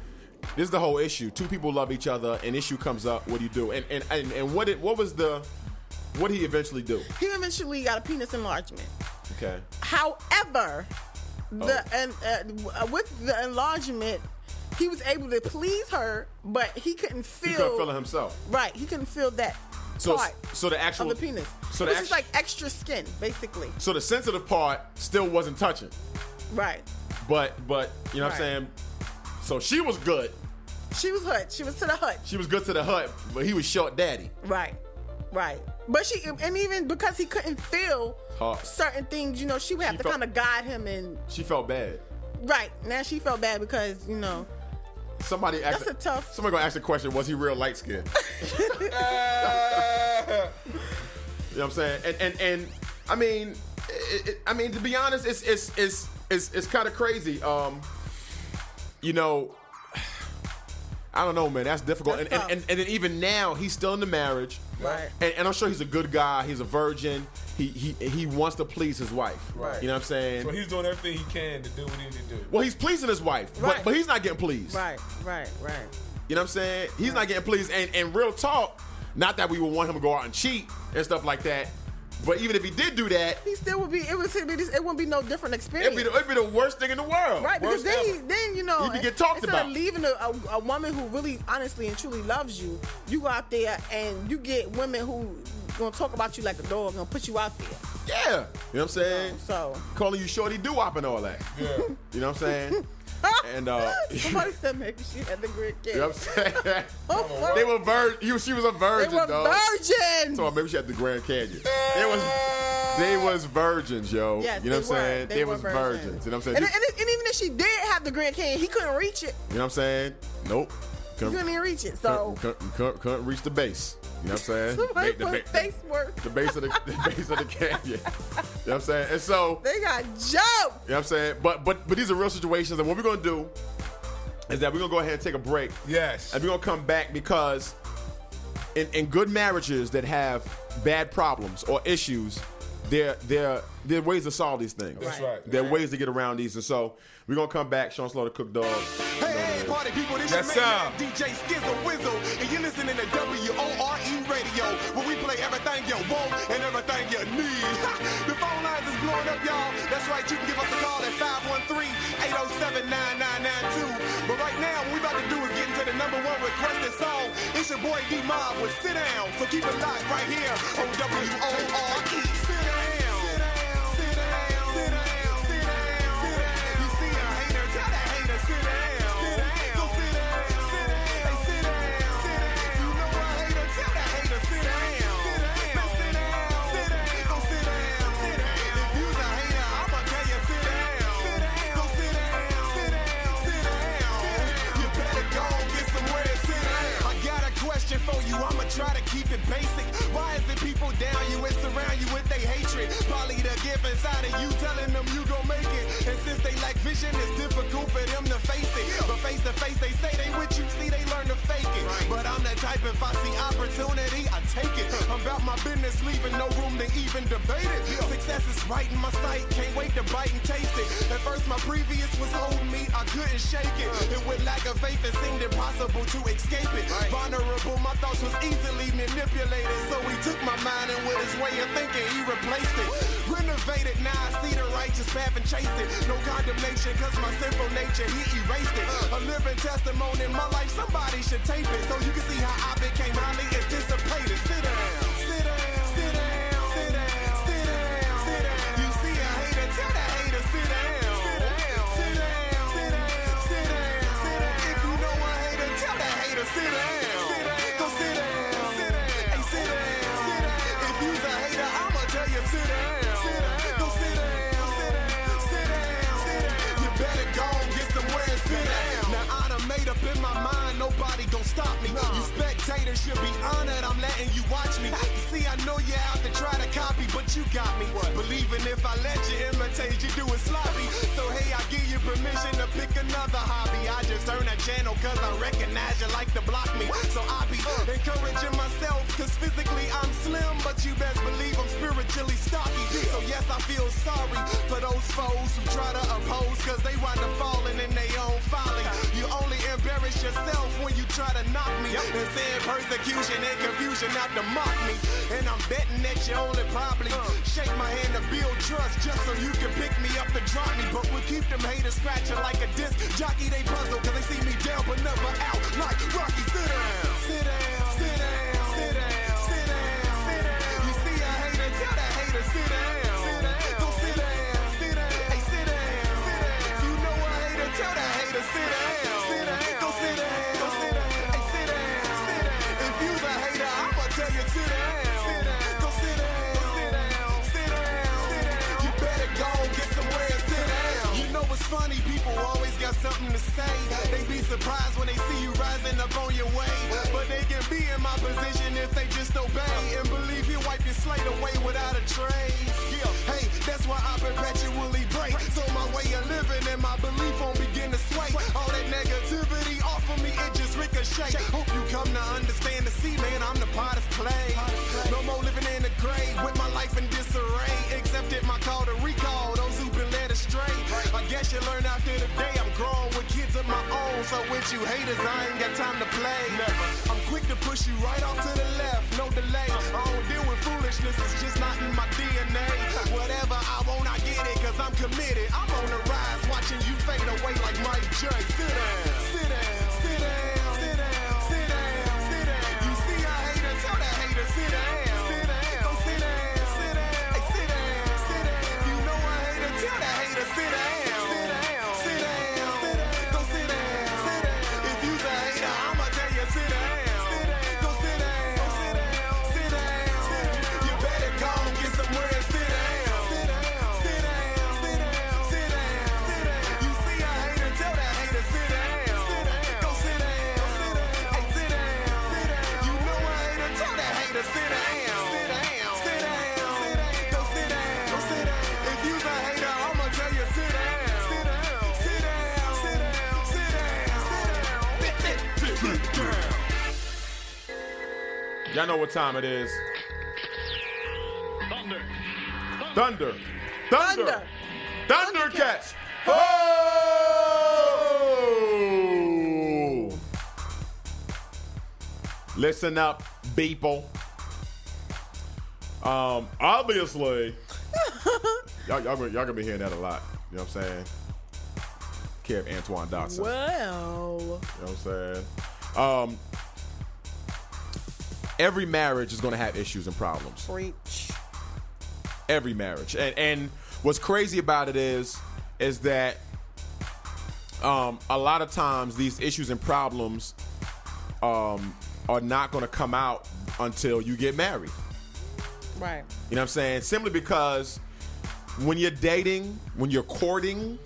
D: this is the whole issue. Two people love each other, an issue comes up. What do you do? And and and, and what did what was the what did he eventually do?
F: he eventually got a penis enlargement.
D: Okay,
F: However, the
D: Oh.
F: and uh, with the enlargement, he was able to please her, but he couldn't feel,
D: he couldn't feel it himself.
F: right. He couldn't feel that
D: So,
F: part
D: so the actual
F: of the penis,
D: So the
F: which
D: act-
F: is like extra skin, basically.
D: so the sensitive part still wasn't touching,
F: Right.
D: but but you know what I'm saying.
F: Right.
D: So she was good.
F: She was hut. She was to the hut.
D: She was good to the hut, but he was short daddy.
F: Right. Right. But she and even because he couldn't feel
D: Huh.
F: certain things, you know, she would have
D: She
F: to
D: felt-
F: kind of guide him and
D: She felt bad.
F: right now she felt bad because you know
D: Somebody asked.
F: That's a tough-
D: Somebody gonna ask the question: Was he real light skinned? you know what I'm saying? And and and I mean, it, it, I mean to be honest, it's it's it's it's it's kind of crazy. Um, you know, I don't know, man. That's difficult.
F: That's
D: and,
F: tough.
D: and, and and then even now, he's still in the marriage.
F: Right.
D: And, and I'm sure he's a good guy. He's a virgin. He he he wants to please his wife.
G: Right.
D: You know what I'm saying?
G: So he's doing everything he can to do what he need to do.
D: well, he's pleasing his wife,
F: Right.
D: but, but he's not getting pleased.
F: right, right, right.
D: You know what I'm saying? He's not getting pleased. And and real talk, not that we would want him to go out and cheat and stuff like that. But even if he did do that,
F: He still would be. It would still be. It wouldn't be no different
D: it'd
F: experience.
D: be the, it'd be the worst thing in the world.
F: Right, because
D: Worst
F: then,
D: ever.
F: he, then you know,
D: You can get talked
F: instead
D: about.
F: of leaving a, a, a woman who really, honestly, and truly loves you, you go out there and you get women who gonna talk about you like a dog, gonna put you out there.
D: yeah. You know what I'm saying?
F: So
D: Calling you shorty doo wop and all that. Yeah. You know what I'm saying? and uh, you know
F: somebody said maybe she had the great kid.
D: what I'm saying?
F: Oh,
D: they were virgin. She was a
F: they
D: virgin,
F: were
D: dog.
F: virgins.
D: So maybe she had the Grand Canyon. They was they was virgins, yo.
F: Yes,
D: you know
F: they
D: what I'm
F: were.
D: saying?
F: They
D: They,
F: were
D: was virgins. You know what I'm saying?
F: And,
D: You-
F: and, and even if she did have the Grand Canyon, he couldn't reach it.
D: you know what I'm saying? Nope.
F: He
D: Couldn't-
F: couldn't even reach it. So
D: couldn't, couldn't, couldn't, couldn't reach the base. You know what I'm saying?
F: somebody
D: Ba- the,
F: put
D: ba-
F: face work.
D: the base of the, the base of the canyon. You know what I'm saying? And so, you
F: They got joked.
D: know what I'm saying? But but but these are real situations, and what we're gonna do is that we're gonna go ahead and take a break.
G: Yes.
D: And we're gonna come back because in, in good marriages that have bad problems or issues, there there there are ways to solve these things.
G: That's right.
D: There are ways to get around these. And so we're gonna come back, Sean Slaughter Cook Dog.
H: Hey, hey, party people, this
G: Yes,
H: your
G: sir.
H: man, DJ Schizo Wizzo, and you're listening to WORE E Radio, where we play everything you want and everything you need. the phone lines is blowing up, y'all. That's right, you can give us a call at 513-807-9992. But right now, what we about to do is get into the number one requested song. It's your boy D-Mob with Sit Down, so keep it locked right here on WORE. E. Sit down, sit down, sit down, sit down, sit down, sit down. You see a hater, tell that hater, sit down, sit down, go sit down, sit down, sit down, sit down. You know a hater, tell that hater, sit down, sit down, sit down, sit down, go sit down, sit down. If you's a hater, I'ma tell you sit down, sit down, go sit down, sit down, sit down. You better go and get somewhere to sit down. I got a question for you, I'ma try to keep it basic. Why is it people down you and surround you with they hatred? Probably the gift inside of you telling them you gon' make it. And since they lack vision, it's difficult for them to face it. But face to face, they say they with you, see they learn to fake it. But I'm the type if I see opportunity, I take it. I'm about my business, leaving no room to even debate it. Success is right in my sight, can't wait to bite and taste it. At first, my previous was holding me, I couldn't shake it. And with lack of faith, it seemed impossible to escape it. Vulnerable, my thoughts was easily manipulated. So he took my mind and with his way of thinking, he replaced it. Renovated, now I see the righteous path and chase it. No condemnation, cause my sinful nature, he erased it. A living testimony in my life, somebody should tape it. So you can see how I became highly anticipated. Sit down, sit down, sit down, sit down, sit down, sit down. You see a hater, tell that hater, sit down, sit down, sit down, sit down, sit down, sit down. If you know a hater, tell that hater, sit down, sit down, go sit down, sit down, hey, sit down, sit down. If you's a hater, I'ma tell you sit down, sit down, go sit down, sit down, sit down, sit down. You better go and get somewhere and sit down. Now I done made up in my mind, nobody gon' stop me. You spectators should be honored, I'm letting you watch me. You see, I know you're out to try to copy, but you got me. Believing if I let you imitate, you do it sloppy. So hey, I give you permission to pick another hobby. I just turn a channel cause I recognize you like to block me. So I be encouraging myself cause physically I'm slim, but you best believe I'm spiritually stocky. So yes, I feel sorry for those foes who try to oppose cause they wind up falling in their own folly. You only embarrass yourself when you try to knock me. And saying persecution and confusion not to mock me. And I'm betting that you only probably shake my hand to build trust just so you can pick me up and drop me. But we'll keep them haters scratching like a disc jockey. They puzzle cause they see me down but never out like Rocky. Sit down, sit down, sit down, sit down, sit down. Sit down. Sit down. Don't sit down. Sit down. Hey, sit down. Sit down. If you know a hater, tell that hater sit down. Sit down. Don't sit down. Don't sit down. Hey, sit down. Sit down. If you's a hater, I'ma tell you sit down. Sit down. Go sit down. Sit down. Sit down. Sit down. You better go and get somewhere and sit down. You know what's funny? People always got something to say. They be surprised when they see you rising up on your way. But they can be in my position if they just obey and believe you wipe your slate away without a trace. Yeah, hey, that's why I perpetually break. So my way of living and my belief won't begin to sway. All that negativity off of me, it just ricochet. Hope you come to understand the see, man, I'm the potter's clay. No more living in the grave with my life in disarray. Accepted my call to recall those who've been led astray. I guess you learn after the day I'm grown with kids of my own. So with you haters, I ain't got time to play. I'm quick to push you right off to the left, no delay. I don't deal with foolishness, it's just not in my DNA. Whatever I want, I get it, cause I'm committed. I'm on the rise, watching you fade away like Mike J. Sit down, sit down, sit down, sit down, sit down, sit down. You see a hater, tell that hater, sit down. Sit down, go sit down, sit down, hey, sit down, sit down. If you know a hater, tell that hater, sit down. Sit down, sit down, sit down, go sit down, sit down. If you's a hater, I'ma tell you, sit down. Sit down, go sit down, sit down, sit down, sit down. You better go and get somewhere and sit down. Sit down, sit down, sit down, sit down, sit down. You see a hater, tell that hater, sit down. Sit down, go sit down, sit down, hey, sit down, sit down. You know a hater, tell that hater, sit down. Sit down, sit down, sit down, go sit down, go sit down. If you's a hater, I'ma tell you, sit down. Sit down, sit down, sit down, sit down, sit down. Sit down.
D: Y'all know what time it is. Thunder. Thunder.
F: Thunder.
D: Thunder. Thundercats. Ho! Listen up, people. Um, obviously, y'all, y'all, gonna- y'all gonna be hearing that a lot. You know what I'm saying? Care of Antoine Dotson.
F: Well,
D: You know what I'm saying? Um, every marriage is going to have issues and problems.
F: preach.
D: Every marriage. And, and what's crazy about it is, is that um, a lot of times these issues and problems um, are not going to come out until you get married.
F: Right.
D: You know what I'm saying? Simply because when you're dating, when you're courting,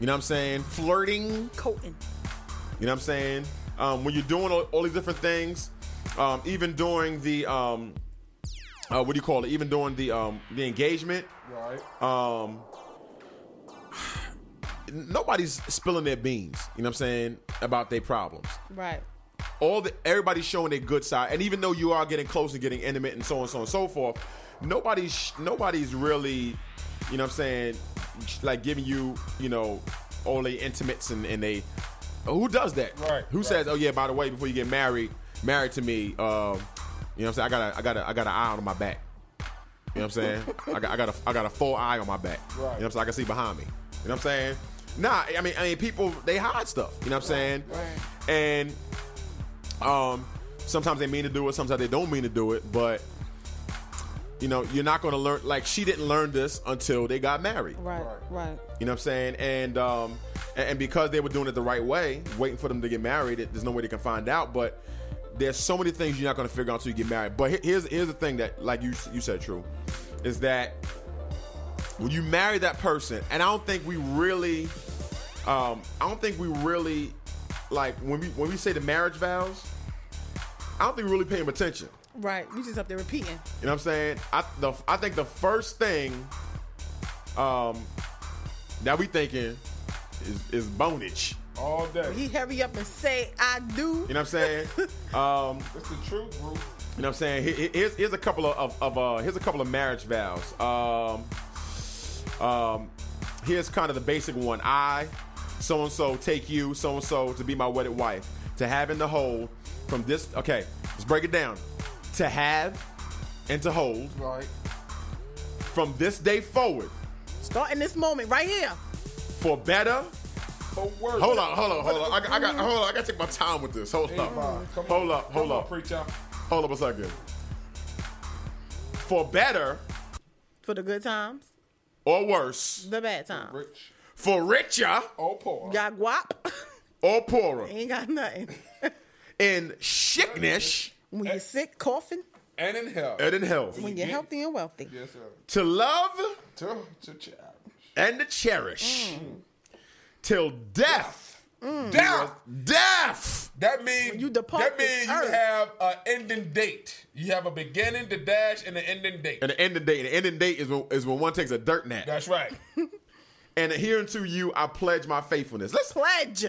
D: you know what I'm saying? Flirting,
F: Coating.
D: you know what I'm saying? Um, when you're doing all, all these different things, um, even during the um, uh, what do you call it? Even during the um, the engagement, right? Um, nobody's spilling their beans. You know what I'm saying about their problems.
F: Right.
D: All the everybody's showing their good side, and even though you are getting close and getting intimate and so on, so on, so forth, nobody's nobody's really, you know what I'm saying, like giving you, you know, all the intimates and and they who does that?
G: Right,
D: Who
G: right.
D: says, "Oh yeah, by the way, before you get married, married to me, uh, you know what I'm saying? I got a, I got a, I got an eye on my back. You know what I'm saying? I got, I got a, I got a full eye on my back. You know what I'm saying? I can see behind me. You know what I'm saying? Nah, I mean, I mean, people they hide stuff. You know what I'm saying?
F: right.
D: And um, sometimes they mean to do it, sometimes they don't mean to do it, but you know, you're not going to learn. Like she didn't learn this until they got married.
F: Right. Right.
D: You know what I'm saying? And um, and, and because they were doing it the right way, waiting for them to get married, it, there's no way they can find out. But there's so many things you're not going to figure out until you get married. But he- here's here's the thing that, like you you said, true, is that when you marry that person, and I don't think we really, um, I don't think we really, like when we when we say the marriage vows, I don't think we really pay them attention.
F: Right. You just up there repeating.
D: You know what I'm saying? I the I think the first thing um that we thinking is is bonage.
G: All day.
F: He hurry up and say, "I do."
D: You know what I'm saying? um,
G: That's the truth, bro.
D: you know what I'm saying? Here- here- Here's, here's a couple of, of, of uh, here's a couple of marriage vows. Um, um, here's kind of the basic one. I, so and so, take you, so and so, to be my wedded wife. To have and to hold from this. Okay, let's break it down. To have and to hold
G: Right.
D: from this day forward
F: Starting this moment right here.
D: for better.
G: For work.
D: Hold on, hold on, hold on. I, got- I got, hold on. I gotta take my time with this. Hold up,
G: Come
D: hold up, hold
G: Come on,
D: up,
G: preacher.
D: hold up a second. For better
F: for the good times,
D: or worse,
F: the bad times.
G: Rich
D: for richer
G: or poor.
F: Got guap,
D: or poorer,
F: ain't got nothing.
D: in sickness
F: When you're sick, coughing,
G: And in hell.
D: and in health,
F: when you're healthy and wealthy.
G: Yes, sir.
D: to love
G: To, to child.
D: and to cherish, till death,
G: Death.
D: death,
G: That means
F: you
G: you
F: depart
G: That
F: this
G: means you
F: earth.
G: have an ending date. You have a beginning, the dash, and an ending date.
D: and the end of the day. The end of the day is when, is when one takes a dirt nap.
G: That's right.
D: And adhering to you, I pledge my faithfulness. Let's
F: Pledge.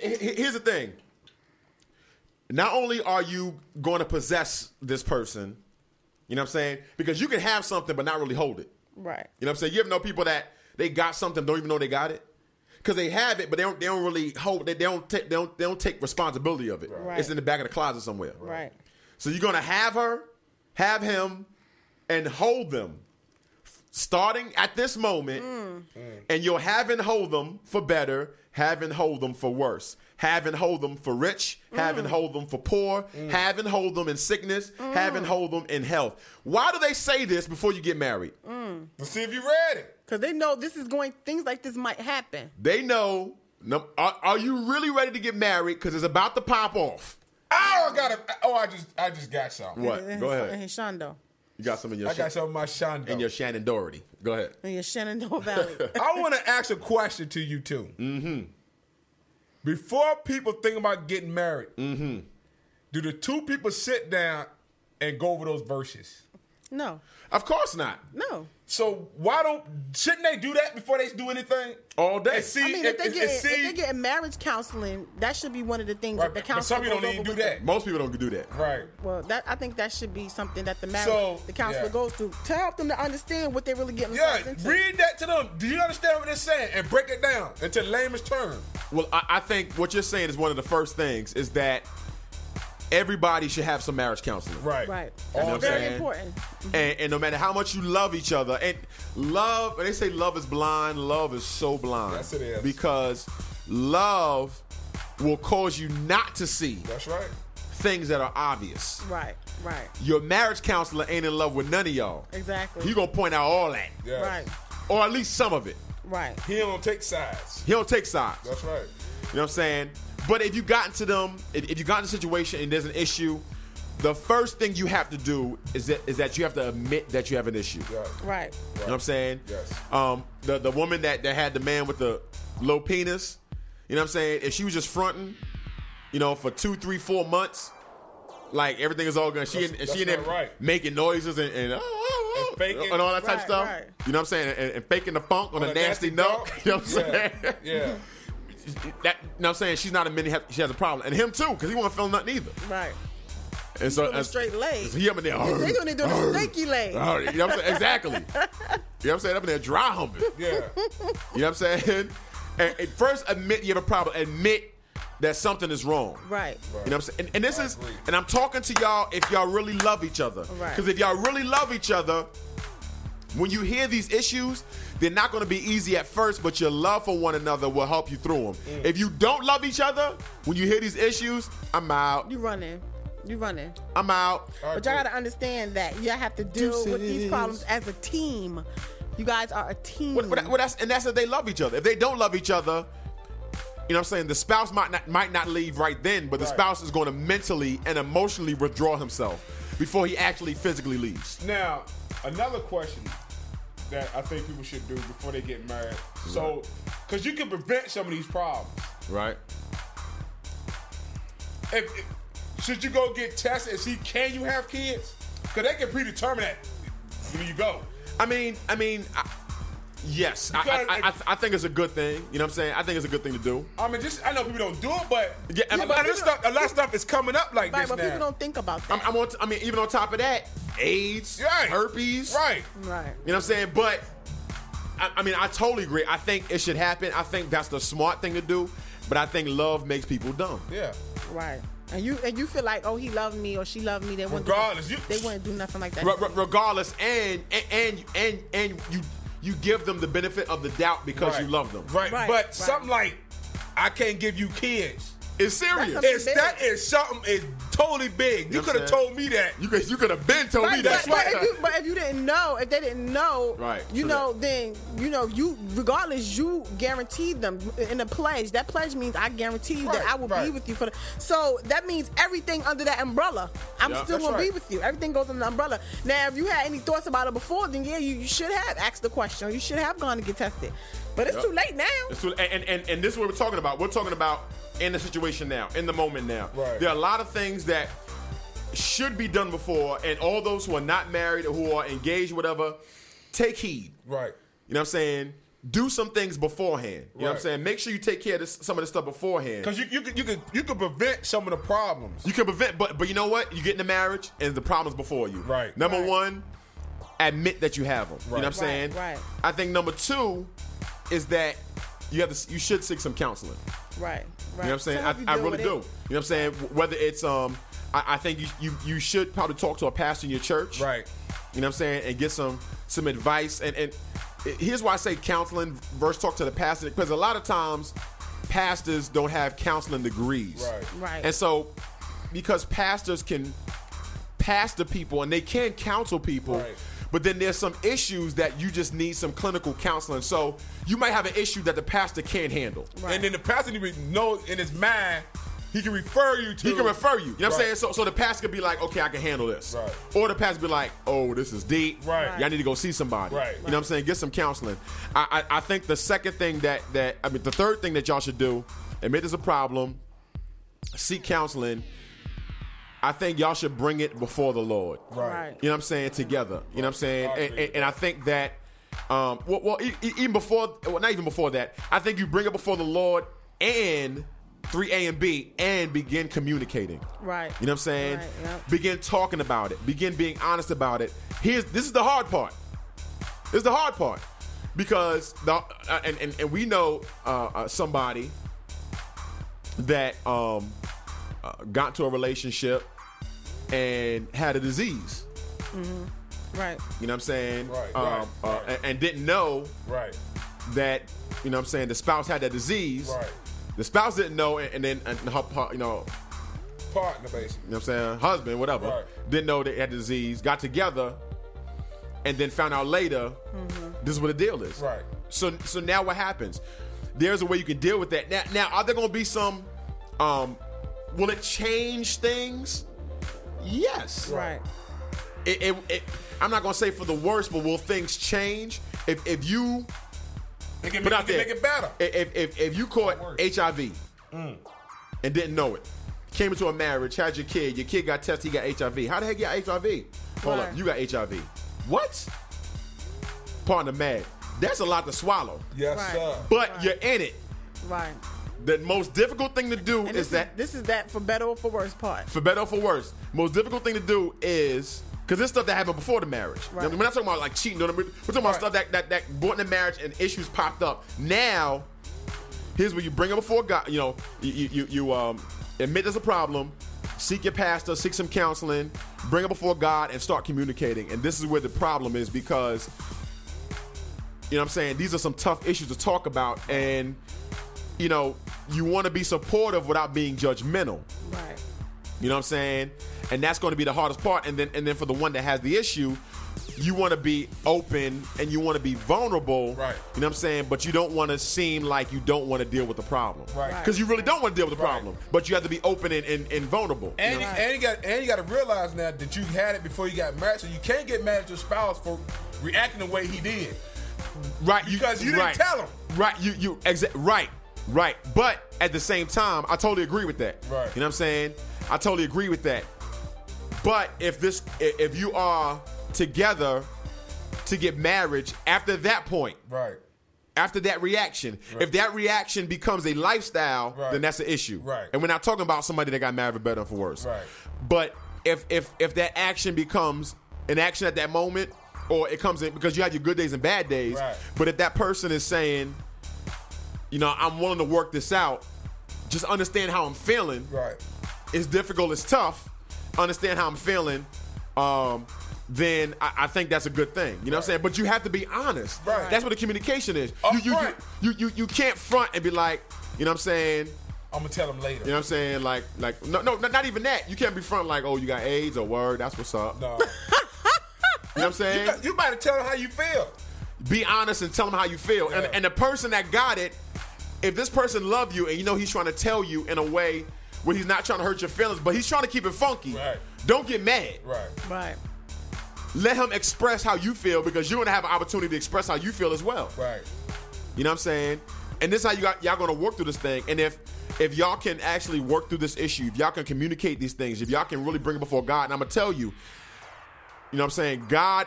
D: here's the thing. Not only are you going to possess this person, you know what I'm saying? Because you can have something but not really hold it.
F: Right.
D: You know what I'm saying? You ever know people that they got something don't even know they got it because they have it, but they don't. They don't really hold. They, they don't take. They don't. They don't take responsibility of it.
F: Right.
D: It's in the back of the closet somewhere.
F: Right.
D: So you're gonna have her, have him, and hold them, f- starting at this moment,
G: Mm.
D: and you'll have and hold them for better, have and hold them for worse, have and hold them for rich,
G: Mm.
D: have and hold them for poor, have and hold them in sickness,
G: Mm.
D: have and hold them in health. Why do they say this before you get married?
G: Mm. Let's see if you read it.
F: Because they know this is going, things like this might happen.
D: They know. num- Are, are you really ready to get married? Because it's about to pop off.
G: I got a. Oh, I just, I just got something.
D: What? Go
F: And
D: ahead.
F: his Shondo.
D: You got some in your
G: I got
D: Shan-
G: something about Shonda.
D: in your Shannon Doherty. Go ahead.
F: And your Shenandoah Valley.
G: I want to ask a question to you too. Mm-hmm. Before people think about getting married, mm-hmm. do the two people sit down and go over those verses?
F: no.
D: Of course not.
F: No.
G: So why don't shouldn't they do that before they do anything?
D: All day.
G: And see,
F: I mean, if they
G: and-
F: get
G: and
F: if
G: see,
F: they get marriage counseling, that should be one of the things
G: right,
F: that the
G: but some people
F: counselor.
G: don't
F: goes
G: even
F: over
G: do
F: with
G: that.
D: Most people don't do that.
G: Right.
F: the- well, that I think that should be something that the marriage
G: So,
F: the counselor
G: yeah.
F: goes through to help them to understand what they're really getting
G: Yeah,
F: themselves into.
G: read that to them. Do you understand what they're saying? And break it down into layman's term.
D: Well, I, I think what you're saying is one of the first things is that everybody should have some marriage counseling.
G: Right.
F: Right.
D: You know
F: That's
D: what I'm
F: very
D: saying?
F: important.
D: And, and no matter how much you love each other, and love, they say love is blind, love is so blind.
G: Yes, it is.
D: Because love will cause you not to see
G: That's right.
D: things that are obvious.
F: Right. Right.
D: Your marriage counselor ain't in love with none of y'all.
F: Exactly.
D: He gonna point out all that,
G: Yeah.
F: Right.
D: or at least some of it.
F: Right.
G: He don't take sides.
D: He don't take sides.
G: That's right.
D: You know what I'm saying? But if you got into them, if, if you got into a situation and there's an issue, the first thing you have to do is that is that you have to admit that you have an issue. You know
G: Yeah.
F: Right.
D: what I'm saying?
G: Yes.
D: Um, the the woman that that had the man with the low penis, you know what I'm saying? If she was just fronting, you know, for two, three, four months, like everything is all good. She
G: That's-
D: and
G: that's
D: she in there
G: not right.
D: making noises and and, oh, oh,
G: And faking.
D: and all that type of
F: Right,
D: stuff.
F: right.
D: You know what I'm saying? And, and faking the funk on, a, nasty, note. You know what I'm
G: yeah.
D: saying?
G: Yeah.
D: that you know what I'm saying she's not admitting she has a problem, and him too, because he won't feel nothing either.
F: Right.
D: And so
F: doing a straight leg.
D: So he up in there.
F: They gonna do the stinky leg.
D: "Arr," You know what I'm saying? Exactly. you know what I'm saying? Up in there dry humping.
G: Yeah.
D: You know what I'm saying? And, and first admit you have a problem. Admit that something is wrong.
F: Right.
D: You know what I'm saying? And, and this
G: I
D: is,
G: agree.
D: and I'm talking to y'all if y'all really love each other.
F: Right.
D: Because if y'all really love each other, when you hear these issues, they're not going to be easy at first, but your love for one another will help you through them. If you don't love each other, when you hear these issues, I'm out.
F: You running. You running.
D: I'm out.
F: But y'all gotta understand that y'all have to deal with these
D: Deuces.
F: problems as a team. You guys are a team.
D: Well, well, that- well, that's, and that's if they love each other. If they don't love each other, you know what I'm saying? The spouse might not might not leave right then, but the spouse is going to mentally and emotionally withdraw himself before he actually physically leaves.
G: Now, another question that I think people should do before they get married. So, because you can prevent some of these problems.
D: Right.
G: If, if- should you go get tested and see can you have kids? Because they can predetermine that when you go.
D: I mean, I mean, I, yes, I,
G: Because-
D: I, I, I think it's a good thing. You know what I'm saying? I think it's a good thing to do.
G: I mean, just I know people don't do it, but
D: Yeah, and-
G: a lot of this stuff, a lot of stuff is coming up like
F: right,
G: this
F: but
G: now.
F: people don't think about
D: I'm,
F: that.
D: I'm on. T- I mean, even on top of that, AIDS,
G: Right.
D: herpes,
G: right?
F: right.
D: You know what I'm saying? But I, I mean, I totally agree. I think it should happen. I think that's the smart thing to do. But I think love makes people dumb.
G: Yeah.
F: Right. And you and you feel like, oh, he loved me or she loved me. They wouldn't do-
G: Regardless, you-
F: they wouldn't do nothing like that.
D: Re- re- regardless, and and and and you you give them the benefit of the doubt because
G: Right.
D: you love them.
G: Right.
F: Right,
G: But
F: right.
G: something like I can't give you kids.
D: It's
F: That's
D: serious.
F: a-
E: It's that is something is totally big. You
D: You know what
E: could have
D: I'm saying?
E: told me that.
D: you could you could have been told me
F: Right,
D: that.
F: but, but if you, but if you didn't know, if they didn't know,
D: Right,
F: you
D: true
F: know, then you know, you regardless, you guaranteed them in a pledge. That pledge means I guarantee you that
G: Right,
F: I will be
G: right.
F: with you for. The, so that means everything under that umbrella, I'm
D: Yeah,
F: still
D: that's
F: gonna be
D: right.
F: with you. Everything goes under the umbrella. Now, if you had any thoughts about it before, then yeah, you, you should have asked the question. You should have gone to get tested. But it's
D: Yeah.
F: too late now.
D: It's too- and, and, and this is what we're talking about. We're talking about in the situation now, in the moment now.
G: Right.
D: There are a lot of things that should be done before, and all those who are not married or who are engaged, whatever, take heed.
G: Right.
D: You know what I'm saying? Do some things beforehand. You know what I'm
G: Right.
D: saying? Make sure you take care of this, some of the stuff beforehand.
G: Because you, you, could, you, could, you could prevent some of the problems.
D: You can prevent, but but you know what? You get in a marriage and the problems before you.
G: Right.
D: Number one, admit that you have them. You know what I'm
G: Right.
D: saying?
F: Right, right.
D: I think number two is that you have to, you should seek some counseling.
F: Right.
D: You
F: Right.
D: know what I'm saying?
F: So if you
D: I, I
F: deal
D: really
F: with
D: do.
F: it-
D: You know what I'm saying? Wh- Whether it's um, I, I think you, you you should probably talk to a pastor in your church.
G: Right.
D: You know what I'm saying? And get some some advice. And and here's why I say counseling versus talk to the pastor because a lot of times pastors don't have counseling degrees.
G: Right.
F: Right.
D: And so because pastors can pastor people and they can counsel people.
G: Right.
D: But then there's some issues that you just need some clinical counseling. So you might have an issue that the pastor can't handle.
G: And then the pastor need to know in his mind, he can refer you to.
D: He can refer you. You know what I'm
G: Right.
D: saying? So, so the pastor could be like, okay, I can handle this.
G: Right.
D: Or the pastor be like, oh, this is deep.
G: Right.
D: Y'all need to go see somebody.
G: Right.
D: You know what I'm saying? Get some counseling. I, I, I think the second thing that that I mean the third thing that y'all should do, admit there's a problem, seek counseling. I think y'all should bring it before the Lord.
G: Right.
D: You know what I'm saying? Together. You know what I'm saying? And, and, and I think that, um, well, well e- e- even before, well, not even before that, I think you bring it before the Lord and 3A and B and begin communicating.
F: Right.
D: You know what I'm saying?
F: Right, yep.
D: Begin talking about it. Begin being honest about it. Here's this is the hard part. This is the hard part because the uh, and, and and we know uh, uh, somebody that um, uh, got to a relationship and had a disease.
F: Right.
D: You know what I'm saying?
G: Right,
D: Um,
G: right,
D: uh,
G: right.
D: And, and didn't know
G: Right.
D: that you know what I'm saying the spouse had that disease.
G: Right.
D: The spouse didn't know, and, and then and her, par- you know
G: Partner, basically.
D: you know what I'm saying? Husband, whatever.
G: Right.
D: Didn't know they had the disease, got together, and then found out later this is what the deal is.
G: Right.
D: So so now what happens? There's a way you can deal with that. Now now are there gonna be some um will it change things? Yes.
F: Right.
D: It, it, it, I'm not gonna say for the worst, but will things change? If if you
G: They can,
D: Put
G: make,
D: out
G: they can
D: there.
G: make it better.
D: if if, if you caught
G: Worse. Mm.
D: HIV and didn't know it, came into a marriage, had your kid, your kid got tested, he got HIV. How the heck you got HIV? Hold
F: Right.
D: up, you got HIV. What? Partner mad. That's a lot to swallow.
G: yes,
F: Right.
G: sir.
D: But you're in it.
F: Right.
D: The most difficult thing to do
F: And
D: is
F: this
D: that
F: this is that for better or for worse part.
D: for better or for worse, most difficult thing to do is because this stuff that happened before the marriage.
F: Right.
D: We're not talking about like cheating. We're talking about stuff that that that brought in the marriage and issues popped up. Now, here's where you bring it before God. You know, you you, you, you um admit there's a problem. Seek your pastor, seek some counseling, bring it before God, and start communicating. And this is where the problem is because, you know what I'm saying? These are some tough issues to talk about. And, you know, you want to be supportive without being judgmental.
F: Right.
D: You know what I'm saying? And that's going to be the hardest part. And then and then for the one that has the issue, you want to be open and you want to be vulnerable.
G: Right.
D: You know what I'm saying? But you don't want to seem like you don't want to deal with the problem.
G: Right.
D: Because you really don't want to deal with the
G: Right.
D: problem. But you have to be open and, and, and vulnerable.
G: And, you, and you got and you got to realize now that you had it before you got married, so you can't get mad at your spouse for reacting the way he did.
D: right.
G: because you didn't
D: right.
G: tell 'em.
D: Right. You you exa- right. Right. But at the same time, I totally agree with that.
G: Right.
D: You know what I'm saying? I totally agree with that. But if this i- if you are together to get marriage after that point,
G: Right,
D: after that reaction. If that reaction becomes a lifestyle,
G: Right.
D: then that's an issue.
G: Right.
D: And we're not talking about somebody that got married for better or for worse.
G: Right.
D: But if if if that action becomes an action at that moment, or it comes in because you have your good days and bad days.
G: Right.
D: But if that person is saying, you know, I'm willing to work this out, just understand how I'm feeling
G: right,
D: it's difficult, it's tough, understand how I'm feeling, um, then I, I think that's a good thing. You know what I'm saying? But you have to be honest.
G: Right.
D: That's what the communication is.
G: Up
D: you, you,
G: front.
D: you you you you can't front and be like, you know what I'm saying?
G: I'm gonna tell them later.
D: You know what I'm saying? Like, like no, no, not even that. You can't be front like, oh, you got AIDS or word. That's what's up.
G: No.
D: You know what I'm saying?
G: you better tell them how you feel.
D: be honest and tell them how you feel.
G: Yeah.
D: And, and the person that got it, if this person loved you and you know he's trying to tell you in a way where he's not trying to hurt your feelings, but he's trying to keep it funky,
G: Right.
D: don't get mad.
G: Right.
F: Right.
D: Let him express how you feel because you're gonna have an opportunity to express how you feel as well.
G: Right.
D: You know what I'm saying? And this is how you got y'all gonna work through this thing. And if if y'all can actually work through this issue, if y'all can communicate these things, if y'all can really bring it before God, and I'm gonna tell you, you know what I'm saying? God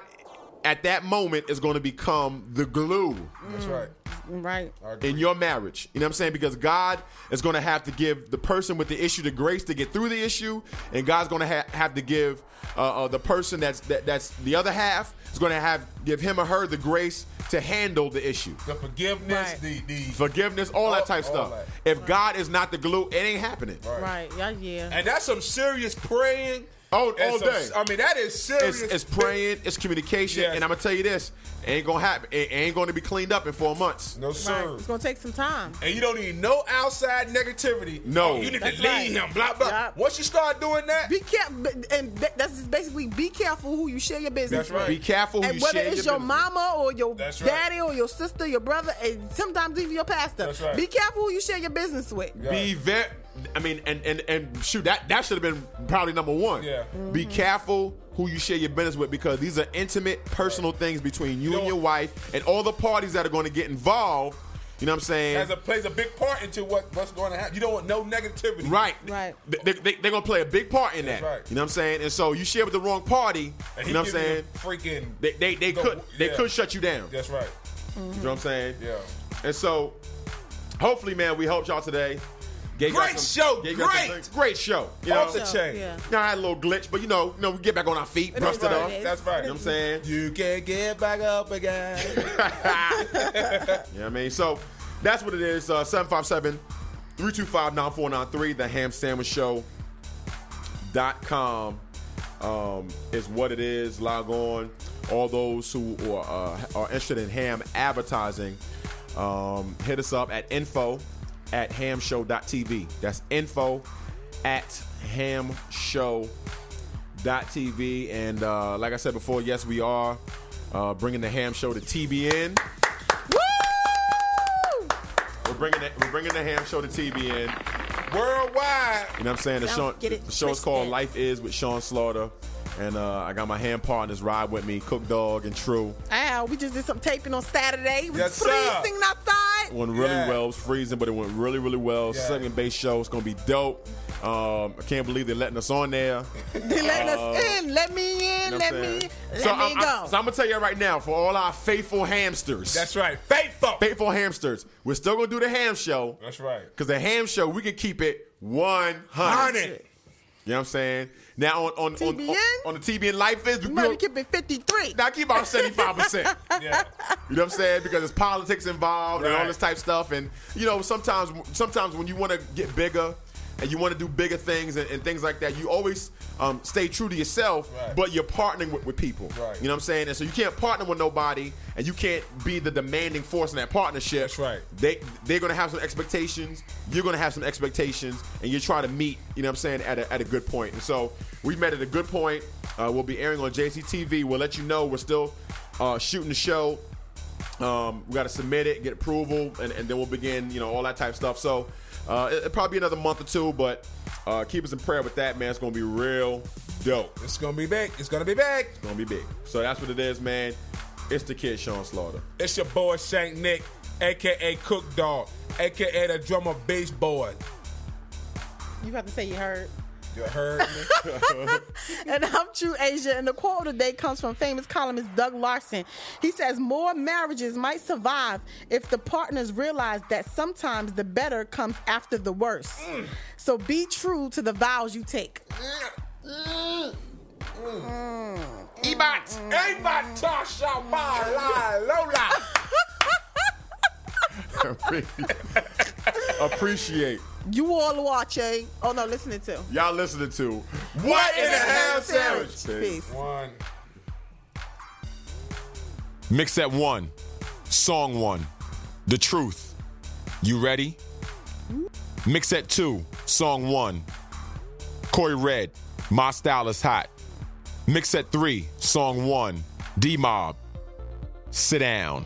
D: at that moment is gonna become the glue
G: That's
F: Mm.
G: right.
F: Right.
D: in your marriage. You know what I'm saying? Because God is going to have to give the person with the issue the grace to get through the issue, and God's going to ha- have to give uh, uh, the person that's that, that's the other half is going to have give him or her the grace to handle the issue.
G: The forgiveness,
F: Right.
G: the the
D: Forgiveness, all that
G: All-
D: type
G: Oh, all
D: stuff.
G: that.
D: If God is not the glue, it ain't happening.
F: Right. Yeah. Yeah.
G: and that's some serious praying.
D: All,
G: and
D: all
G: some-
D: day.
G: I mean, that is
D: It's,
G: serious.
D: it's praying, it's communication,
G: Yes.
D: and I'm gonna tell you this: it ain't gonna happen. It ain't gonna be cleaned up in four months.
G: No
F: Right.
G: sir.
F: It's gonna take some time.
G: And you don't need no outside negativity.
D: No.
G: you need
F: That's
G: to leave
F: right.
G: him. Blah blah.
F: Yup.
G: Once you start doing that,
F: Be careful, and ba- that's basically be careful who you share your business.
G: That's
F: with.
G: right.
D: Be careful who
F: And
D: you
F: whether
D: share
F: it's
D: your
F: your
D: business with.
F: mama or your
G: That's right.
F: daddy or your sister, your brother, and sometimes even your pastor.
G: That's right.
F: Be careful who you share your business with.
D: Be very. I mean, and and and shoot, that that should have been probably number one.
G: Yeah.
D: Be careful who you share your business with because these are intimate, personal things between you
G: You
D: and
G: know-
D: your wife and all the parties that are going to get involved. You know what I'm saying?
G: as it plays a big part into what what's going to happen. You don't want no negativity.
D: right.
F: Right.
D: They, they, are gonna play a big part in that.
G: That's right.
D: You know what I'm saying? And so you share with the wrong party. You
G: And he
D: know what I'm
G: give
D: saying?
G: you Freaking.
D: They they, they
G: the-
D: could they
G: yeah.
D: could shut you down.
G: That's right.
D: You know what I'm saying?
G: Yeah.
D: And so, hopefully, man, we helped y'all today. Gave y'all
G: Great show,
D: gave y'all some
G: great.
D: things. great show. You know?
G: Off the chain.
F: Yeah.
D: Now I had a little glitch, but you know, you know, we get back on our feet, brushed it
F: what it
D: off.
F: is.
D: You
G: That's right.
D: know what I'm saying? You
G: You can't get back up again.
D: know what I mean? So that's what it is. Uh, 757-325-9493, the ham sandwich show dot com um, is what it is. Log on. All those who are, uh, are interested in ham advertising, um, hit us up at info at hamshow.tv. That's info at hamshow.tv. And uh, like I said before, yes, we are uh, bringing the ham show to TBN. We're bringing, the, we're bringing the ham show to TBN.
G: Worldwide.
D: You know what I'm saying? The show,
F: Don't get it
D: the show is called Life
F: twisted.
D: Is with Sean Slaughter. And uh, I got my hand partners ride with me, Cook Dog and True.
F: Ow, we just did some taping on Saturday. It was
G: Yes, sir.
F: freezing outside.
D: Went really
G: Yeah.
D: well. It was freezing, but it went really, really well.
G: Yeah.
D: Second base show. It's going to be dope. Um, I can't believe they're letting us on there.
F: They let us in. Let me in.
D: You know what
F: let
D: I'm
F: me.
D: saying?
F: Let
D: Oh. so
F: me
D: I'm,
F: go.
D: I'm- so I'm going to tell you right now, for all our faithful hamsters,
G: That's right. Faithful.
D: faithful hamsters, we're still going to do the ham show.
G: That's right.
D: Because the ham show, we can keep it 100.
G: Honey.
D: You know what I'm saying? Now, on, on, on, on,
F: TBN?
D: on the TBN Life Is, we,
F: you might
D: we'll,
F: be keeping 53.
D: now keep about 75%.
G: Yeah.
D: You know what I'm saying? Because it's politics involved and all
G: Right.
D: this type of stuff. And you know, sometimes sometimes when you want to get bigger and you want to do bigger things and, and things like that, you always um, stay true to yourself,
G: Right.
D: but you're partnering with, with people.
G: Right.
D: You know what I'm saying? And so you can't partner with nobody and you can't be the demanding force in that partnership.
G: That's right.
D: They they're gonna have some expectations, you're gonna have some expectations, and you try to meet, you know what I'm saying, at a, at a good point. And so we met at a good point. Uh, we'll be airing on JCTV. We'll let you know we're still uh, shooting the show um, we got to submit it, get approval, and, and then we'll begin, you know, all that type of stuff. So uh, it, it'll probably be another month or two, but uh, keep us in prayer with that, man. It's going to be real dope. It's
G: It's gonna be big. It's gonna be big.
D: going to be big. So that's what it is, man. It's the kid, Sean Slaughter.
G: It's your boy Shank Nick, aka Cook Dog, aka the drummer bass boy.
F: You have to say you heard.
G: You heard me?
F: And I'm True Asia, and the quote of the day comes from famous columnist Doug Larson. He says, More marriages might survive if the partners realize that sometimes the better comes after the worse.
D: Mm.
F: So be true to the vows you take.
G: Ebot, Ebot, Tasha, Mala, Lola.
D: Appreciate
F: You all watching. Oh, no, listening to.
D: y'all listening to What in the Ham Sandwich?
F: Peace.
G: One.
E: Mix at one, song one, the truth. You ready?
K: Mixette 2, Song 1. Corey Red, My Style is Hot. Mixette 3, Song 1. D Mob, Sit Down.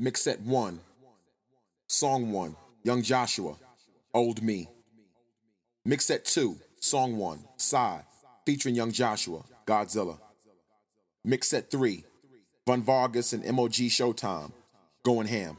D: Mixette 1, Song 1, Young Joshua, Old Me. Mixette 2, Song 1, Side, featuring Young Joshua, Godzilla. Mixette 3, Von Vargas and MOG Showtime, Going Ham.